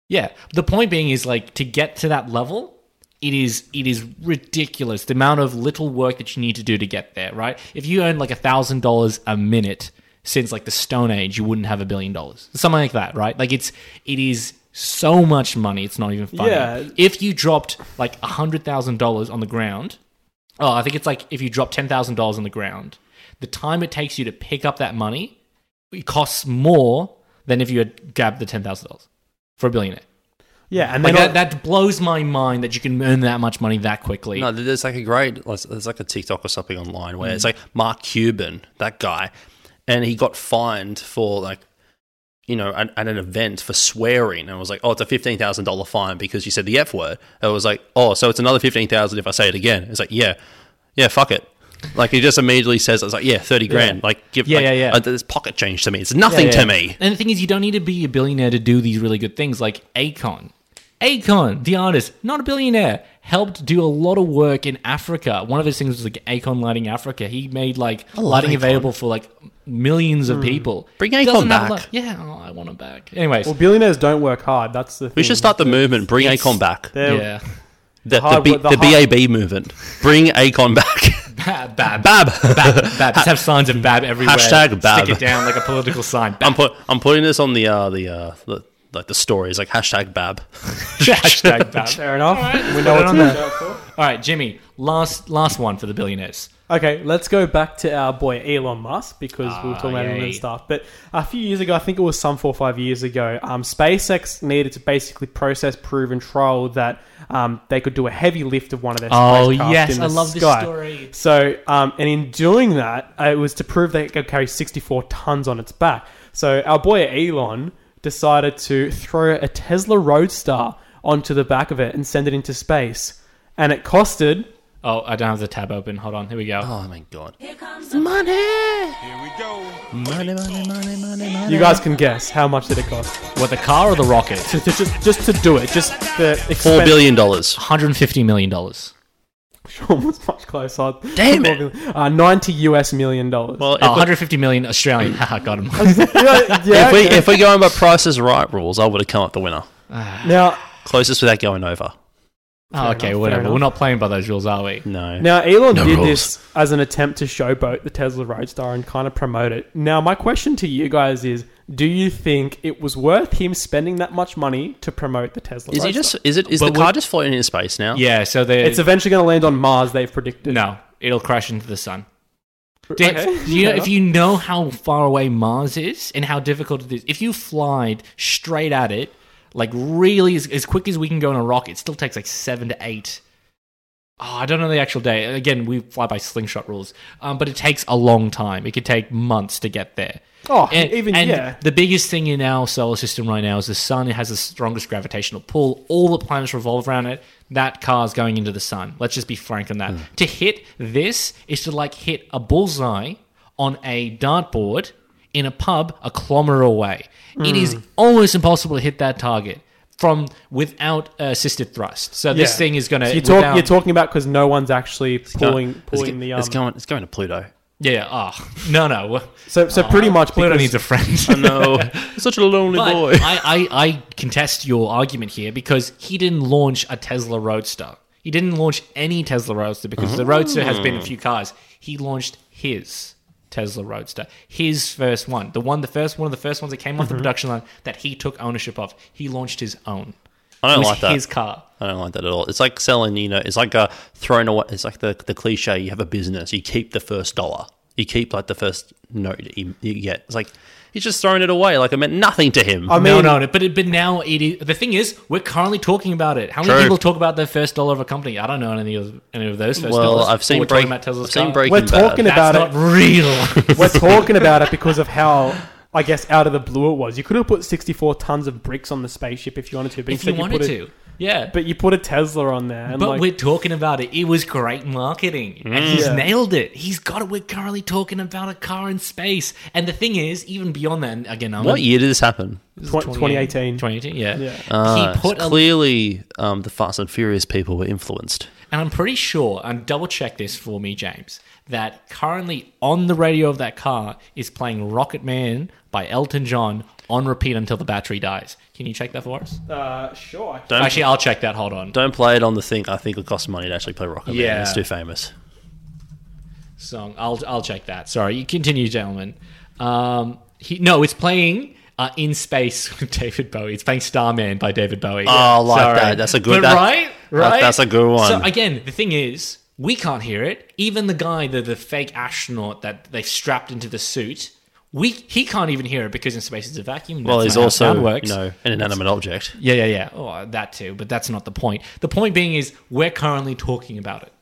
Speaker 7: Yeah. The point being is like to get to that level, it is it is ridiculous the amount of little work that you need to do to get there, right? If you earn like a thousand dollars a minute since like the Stone Age, you wouldn't have a billion dollars. Something like that, right? Like it's it is so much money, it's not even funny.
Speaker 6: Yeah.
Speaker 7: If you dropped like a hundred thousand dollars on the ground, oh, I think it's like if you drop ten thousand dollars on the ground, the time it takes you to pick up that money it costs more than if you had grabbed the ten thousand dollars for a billionaire.
Speaker 6: Yeah, and
Speaker 7: Like
Speaker 6: then
Speaker 7: that, that blows my mind that you can earn that much money that quickly.
Speaker 2: No, there's like a great, there's like a TikTok or something online where it's
Speaker 7: Mm.
Speaker 2: like Mark Cuban, that guy, and he got fined for like, you know, at, at an event for swearing, and it was like, oh, it's a fifteen thousand dollar fine because you said the F word. And it was like, oh, so it's another fifteen thousand if I say it again. It's like, yeah, yeah, fuck it. Like he just immediately says, it's like, yeah, thirty grand. Like give,
Speaker 7: Yeah,
Speaker 2: like,
Speaker 7: yeah, yeah.
Speaker 2: uh, there's pocket change to me. It's nothing
Speaker 7: Yeah, yeah.
Speaker 2: to me.
Speaker 7: And the thing is, you don't need to be a billionaire to do these really good things, like Akon. Akon, the artist, not a billionaire, helped do a lot of work in Africa. One of his things was like Akon Lighting Africa. He made like Hmm. lighting
Speaker 2: Akon.
Speaker 7: available for like millions of people.
Speaker 2: Bring
Speaker 7: He
Speaker 2: Akon
Speaker 7: doesn't have
Speaker 2: back.
Speaker 7: li- yeah, oh, I want him back. Anyways,
Speaker 6: well, billionaires don't work hard. That's the. Thing.
Speaker 2: We should start the movement. Bring Akon back. The,
Speaker 6: They're-
Speaker 7: yeah,
Speaker 2: the,
Speaker 6: hard
Speaker 2: B-
Speaker 6: wo- the
Speaker 2: the
Speaker 6: hard-
Speaker 2: BAB movement. Bring Akon back.
Speaker 7: bab, bab, bab,
Speaker 2: Bab.
Speaker 7: bab. Just have signs of bab everywhere.
Speaker 2: Hashtag bab.
Speaker 7: Stick it down like a political sign. Bab.
Speaker 2: I'm put, I'm putting this on the uh the uh the, like the stories like hashtag bab.
Speaker 7: Hashtag bab.
Speaker 6: Fair enough. We know
Speaker 7: Put it
Speaker 6: what's
Speaker 7: on
Speaker 6: there.
Speaker 7: there. All right, Jimmy. Last last one for the billionaires.
Speaker 6: Okay, let's go back to our boy Elon Musk because we were talking about him
Speaker 7: yay.
Speaker 6: and stuff. But a few years ago, I think it was some four or five years ago, um, SpaceX needed to basically process, prove, and trial that um, they could do a heavy lift of one of their
Speaker 7: Oh,
Speaker 6: spacecraft
Speaker 7: yes,
Speaker 6: in the
Speaker 7: I love this
Speaker 6: sky.
Speaker 7: story.
Speaker 6: So, um, and in doing that, uh, it was to prove that it could carry 64 tons on its back. So, our boy Elon decided to throw a Tesla Roadster onto the back of it and send it into space, and it costed.
Speaker 7: Oh, I don't have the tab open. Hold on. Here we go.
Speaker 2: Oh my god.
Speaker 4: Here comes
Speaker 5: Here we go.
Speaker 2: Money, money, money, money, money.
Speaker 6: You guys can guess how much did it cost.
Speaker 7: What the car or the rocket?
Speaker 6: to, to- just, just to do it, just the expense.
Speaker 2: Four billion dollars.
Speaker 7: 150 million dollars.
Speaker 6: Sean was much closer.
Speaker 2: Damn
Speaker 6: Four
Speaker 2: it.
Speaker 6: billion- Uh, Ninety US million dollars.
Speaker 2: Well, if,
Speaker 7: Oh,
Speaker 2: we,
Speaker 7: 150 million Australian. Haha, got him.
Speaker 6: yeah, yeah,
Speaker 2: if we
Speaker 6: okay.
Speaker 2: if we're going by prices right rules, I would have come up the winner.
Speaker 6: now,
Speaker 2: Closest without going over.
Speaker 7: Oh, okay,
Speaker 6: enough, fair
Speaker 7: whatever.
Speaker 6: enough.
Speaker 7: We're not playing by those rules, are we?
Speaker 2: No.
Speaker 6: now Elon
Speaker 2: No
Speaker 6: did
Speaker 2: rules.
Speaker 6: this as an attempt to showboat the Tesla Roadster and kind of promote it. Now, my question to you guys is: Do you think it was worth him spending that much money to promote the Tesla?
Speaker 2: Is he
Speaker 6: Roadster?
Speaker 2: just is it is
Speaker 7: But
Speaker 2: the car
Speaker 7: would-
Speaker 2: just floating in space now?
Speaker 7: Yeah. So they.
Speaker 6: It's eventually going to land on Mars. They've predicted.
Speaker 7: no. It'll crash into the sun.
Speaker 6: Okay.
Speaker 7: Dick, you know,
Speaker 6: fair
Speaker 7: if you know how far away Mars is and how difficult it is, if you fly straight at it, like really as, as quick as we can go in a rocket, it still takes like seven to eight. Oh, I don't know the actual day. Again, we fly by slingshot rules, um, but it takes a long time. It could take months to get there.
Speaker 6: Oh, even- yeah.
Speaker 7: The biggest thing in our solar system right now is the sun. It has the strongest gravitational pull. All the planets revolve around it. That car's going into the sun. Let's just be frank on that.
Speaker 6: Hmm.
Speaker 7: To hit this is to like hit a bullseye on a dartboard in a pub a kilometer away. It is
Speaker 6: Hmm.
Speaker 7: almost impossible to hit that target from without assisted thrust. So this
Speaker 6: Yeah.
Speaker 7: thing is going to.
Speaker 6: So you're, talk- you're talking about because no one's actually pulling
Speaker 2: It's,
Speaker 6: pulling the. Um,
Speaker 2: it's going it's going to Pluto.
Speaker 7: Yeah. yeah. Oh no, no.
Speaker 6: so so pretty much
Speaker 7: Pluto
Speaker 6: because-
Speaker 7: needs a friend.
Speaker 2: No. Such a lonely
Speaker 7: But
Speaker 2: boy.
Speaker 7: I, I, I contest your argument here because he didn't launch a Tesla Roadster. He didn't launch any Tesla Roadster because the Roadster has been in a few cars. He launched his Tesla Roadster, his first one, the one, the first one of the first ones that came off
Speaker 2: Mm-hmm.
Speaker 7: the production line that he took ownership of. He launched his own.
Speaker 2: I
Speaker 7: It
Speaker 2: don't
Speaker 7: was
Speaker 2: like that.
Speaker 7: His car.
Speaker 2: I don't like that at all. It's like selling, you know, it's like a thrown away. It's like the, the cliche you have a business, you keep the first dollar, you keep like the first note that you, you get. It's like he's just throwing it away. Like it meant nothing to him.
Speaker 6: I mean,
Speaker 7: no, no, no, but it- but now it is. The thing is, we're currently talking about it. How many
Speaker 2: True.
Speaker 7: people talk about their first dollar of a company? I don't know any of any of those first
Speaker 2: well,
Speaker 7: dollars.
Speaker 2: I've
Speaker 7: But
Speaker 2: seen
Speaker 7: we're
Speaker 2: break,
Speaker 7: talking about Tesla's
Speaker 2: I've seen
Speaker 7: car.
Speaker 2: Breaking
Speaker 6: We're talking
Speaker 2: Bad.
Speaker 6: about
Speaker 7: That's
Speaker 6: it.
Speaker 7: not real.
Speaker 6: We're talking about it because of how, I guess, out of the blue it was. You could have put 64 tons of bricks on the spaceship if you wanted to. But
Speaker 7: if you
Speaker 6: instead
Speaker 7: wanted
Speaker 6: put a-
Speaker 7: to. Yeah. But,
Speaker 6: But you put a Tesla on there. And like,
Speaker 7: we're talking about it. It was great marketing. And
Speaker 6: Mm.
Speaker 7: he's
Speaker 6: Yeah.
Speaker 7: nailed it. He's got it. We're currently talking about a car in space. And the thing is, even beyond that, and again, I'm
Speaker 2: What
Speaker 7: a-
Speaker 2: year did this happen?
Speaker 7: This is
Speaker 6: Twen- 2018.
Speaker 7: 2018, yeah.
Speaker 6: Yeah.
Speaker 2: Uh,
Speaker 7: he put a
Speaker 2: clearly, um, the Fast and Furious people were influenced.
Speaker 7: And I'm pretty sure, and double check this for me, James, that currently on the radio of that car is playing Rocket Man by Elton John on repeat until the battery dies. Can you check that for us?
Speaker 6: Uh, sure.
Speaker 2: Don't
Speaker 7: Actually, I'll check that. Hold on.
Speaker 2: don't play it on the thing. I think it costs money to actually play Rocket Man.
Speaker 7: Yeah.
Speaker 2: It's too famous.
Speaker 7: Song. I'll, I'll check that. Sorry. You continue, gentlemen. Um, he, no, it's playing. Uh, in space with David Bowie. It's playing Starman by David Bowie. Oh,
Speaker 2: I like that. That's a good-
Speaker 7: But
Speaker 2: that-
Speaker 7: right, right.
Speaker 2: that's a good one.
Speaker 7: So again, the thing is, we can't hear it. Even the guy, the, the fake astronaut that they strapped into the suit, we he can't even hear it because in space it's a vacuum.
Speaker 2: Well,
Speaker 7: That's
Speaker 2: he's
Speaker 7: not how
Speaker 2: also
Speaker 7: sound works.
Speaker 2: you know an inanimate object.
Speaker 7: Yeah, yeah, yeah. Oh, that too. But that's not the point. The point being is we're currently talking about it.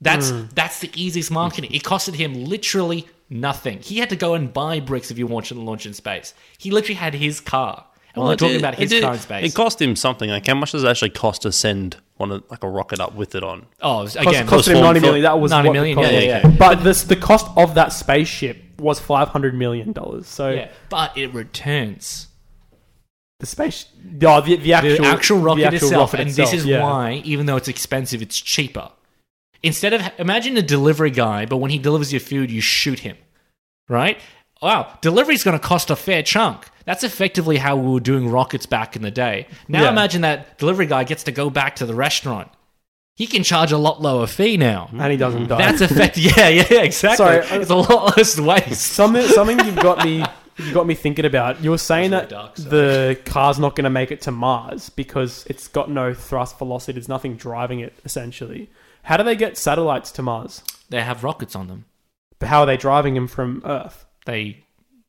Speaker 7: That's
Speaker 6: Mm.
Speaker 7: that's the easiest marketing. It costed him literally nothing. He had to go and buy bricks if you want to launch in space. He literally had his car, and we're
Speaker 2: it-
Speaker 7: talking
Speaker 2: it-
Speaker 7: about his
Speaker 2: it,
Speaker 7: car in space.
Speaker 2: It cost him something. Like, how much does it actually cost to send one of, like a rocket up with it on?
Speaker 7: oh, again,
Speaker 6: cost him
Speaker 2: form
Speaker 6: ninety
Speaker 2: fill-
Speaker 6: million. That was
Speaker 7: 90
Speaker 6: what the
Speaker 7: million,
Speaker 6: cost
Speaker 7: yeah,
Speaker 6: was.
Speaker 7: yeah, yeah.
Speaker 6: But this, the cost of that spaceship was five hundred million dollars. So
Speaker 7: yeah, but it returns.
Speaker 6: the space, oh, the, the
Speaker 7: the
Speaker 6: actual
Speaker 7: actual rocket
Speaker 6: the actual
Speaker 7: itself,
Speaker 6: rocket
Speaker 7: and
Speaker 6: itself,
Speaker 7: this is
Speaker 6: yeah.
Speaker 7: why, even though it's expensive, it's cheaper. Instead of imagine a delivery guy, but when he delivers your food, you shoot him, right? Wow, delivery's going to cost a fair chunk. That's effectively how we were doing rockets back in the day. Now
Speaker 6: Yeah.
Speaker 7: imagine that delivery guy gets to go back to the restaurant. He can charge a lot lower fee now.
Speaker 6: and he doesn't die.
Speaker 7: That's effective. Yeah, yeah, exactly.
Speaker 6: Sorry, I-
Speaker 7: it's a lot less waste.
Speaker 6: something. Something you've got me. You got me thinking about. You were saying
Speaker 7: Those
Speaker 6: that
Speaker 7: are the dark sides.
Speaker 6: the car's not going to make it to Mars because it's got no thrust velocity. There's nothing driving it essentially. How do they get satellites to Mars?
Speaker 7: They have rockets on them.
Speaker 6: But How are they driving them from Earth?
Speaker 7: They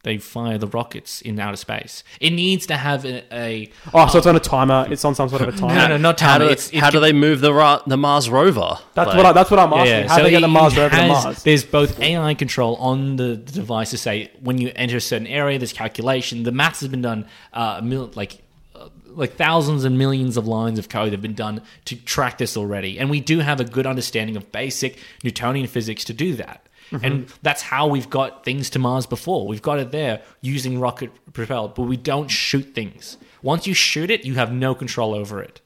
Speaker 7: they fire the rockets in outer space. It needs to have a, a
Speaker 6: Oh, so it's on a timer. It's on some sort of a timer.
Speaker 7: No, no, not
Speaker 2: How
Speaker 7: time.
Speaker 2: do,
Speaker 7: It's, it's
Speaker 2: how do they move the ra- the Mars rover?
Speaker 6: That's
Speaker 2: Like,
Speaker 6: what I, that's what I'm asking. How do they get the
Speaker 7: it
Speaker 6: Mars rover to
Speaker 7: has-
Speaker 6: Mars?
Speaker 7: There's both AI control on the the device to say when you enter a certain area. There's calculation. The maths has been done, uh, mil- like uh, like thousands and millions of lines of code have been done to track this already, and we do have a good understanding of basic Newtonian physics to do that.
Speaker 6: Mm-hmm.
Speaker 7: And that's how we've got things to Mars before. We've got it there using rocket propelled, but we don't shoot things. Once you shoot it, you have no control over it.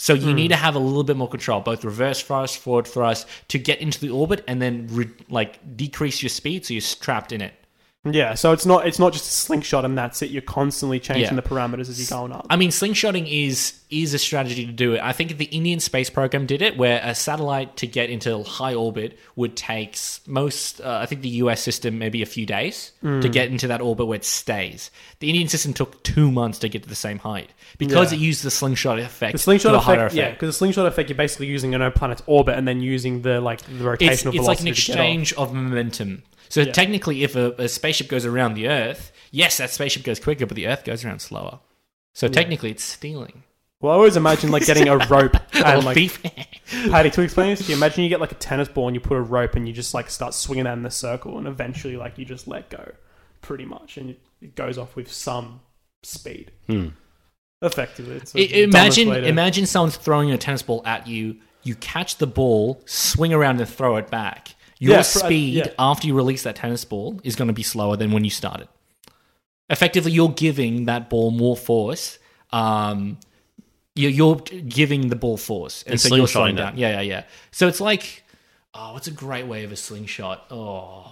Speaker 7: So you need to
Speaker 6: Hmm.
Speaker 7: have a little bit more control, both reverse thrust, forward thrust, to get into the orbit and then re- like decrease your speed, so you're trapped in it.
Speaker 6: Yeah, so it's not it's not just a slingshot and that's it. You're constantly changing
Speaker 7: Yeah.
Speaker 6: the parameters as you're going up.
Speaker 7: I mean, slingshotting is is a strategy to do it. I think the Indian space program did it, where a satellite to get into high orbit would take s- most. Uh, I think the U.S. system maybe a few days
Speaker 6: Hmm.
Speaker 7: to get into that orbit where it stays. The Indian system took two months to get to the same height because
Speaker 6: Yeah.
Speaker 7: it used the slingshot effect.
Speaker 6: the slingshot
Speaker 7: to a
Speaker 6: effect,
Speaker 7: higher
Speaker 6: yeah, because the slingshot effect, you're basically using an planet's orbit and then using the like the rotational
Speaker 7: it's,
Speaker 6: velocity.
Speaker 7: it's like an
Speaker 6: to get
Speaker 7: exchange of momentum. So technically, if a, a spaceship goes around the Earth, yes, that spaceship goes quicker, but the Earth goes around slower. So technically, it's stealing.
Speaker 6: off. Well, I always imagine like getting a rope
Speaker 7: Or
Speaker 6: and like
Speaker 7: thief.
Speaker 6: Patty. To explain this, to you imagine you get like a tennis ball and you put a rope and you just like start swinging that in the circle and eventually like you just let go, pretty much, and it goes off with some speed. Effectively, it's the
Speaker 7: Hmm. I- imagine,
Speaker 6: dumbest way to-
Speaker 7: imagine someone's throwing a tennis ball at you. You catch the ball, swing around, and throw it back. Your
Speaker 6: Yeah,
Speaker 2: uh,
Speaker 6: fr-
Speaker 7: speed
Speaker 6: yeah.
Speaker 7: after you release that tennis ball is going to be slower than when you started. Effectively, you're giving that ball more force. Um, you're, you're giving the ball force, and
Speaker 2: And
Speaker 7: so you're
Speaker 2: slingshotting
Speaker 7: slowing
Speaker 2: it.
Speaker 7: down. Yeah, yeah, yeah. So it's like, oh, what's a great way of a slingshot? Oh,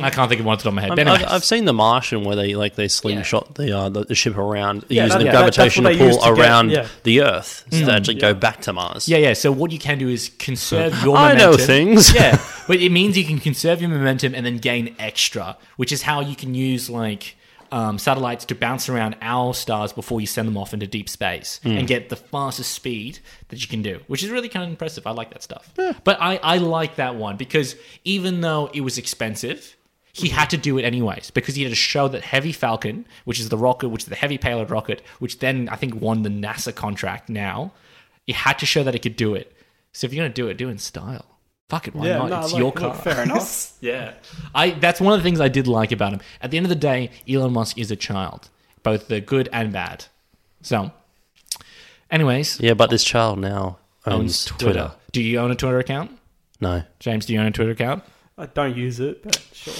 Speaker 7: I can't think of one off the top of my head.
Speaker 2: I'm-
Speaker 7: But
Speaker 2: Um, I've,
Speaker 7: anyways.
Speaker 2: I've seen The Martian where they like they slingshot the, uh, the the ship around using the
Speaker 6: that- that- that's what
Speaker 2: gravitational
Speaker 6: they use
Speaker 2: pull
Speaker 6: to get-
Speaker 2: around
Speaker 6: yeah.
Speaker 2: the Earth so they actually go back to Mars.
Speaker 7: Yeah, yeah. So what you can do is conserve your
Speaker 2: I
Speaker 7: momentum.
Speaker 2: know things.
Speaker 7: yeah, but it means you can conserve your momentum and then gain extra, which is how you can use like um, satellites to bounce around our stars before you send them off into deep space and get the fastest speed that you can do, which is really kind of impressive. I like that stuff. But I, I like that one because even though it was expensive, he had to do it anyways because he had to show that Heavy Falcon, which is the rocket, which is the heavy payload rocket, which then I think won the NASA contract now, he had to show that he could do it. So if you're going to do it, do it in style. Fuck it, why
Speaker 6: Yeah,
Speaker 7: not?
Speaker 6: no,
Speaker 7: it's
Speaker 6: look-
Speaker 7: your
Speaker 6: look,
Speaker 7: car.
Speaker 6: fair enough.
Speaker 7: yeah. I, that's one of the things I did like about him. At the end of the day, Elon Musk is a child, both the good and bad. So, anyways,
Speaker 2: yeah, but this child now owns,
Speaker 7: owns Twitter. Do you own a Twitter account?
Speaker 2: No,
Speaker 7: James, do you own a Twitter account?
Speaker 6: I don't use it, but sure.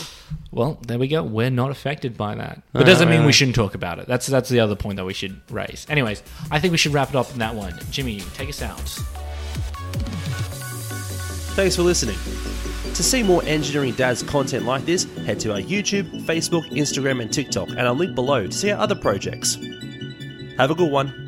Speaker 7: Well, there we go. We're not affected by that. But it doesn't mean we shouldn't talk about it. That's that's the other point that we should raise. Anyways, I think we should wrap it up in that one. Jimmy, take us out.
Speaker 8: Thanks for listening. To see more Engineering Dads content like this, head to our YouTube, Facebook, Instagram, and TikTok, and I'll link below to see our other projects. Have a good one.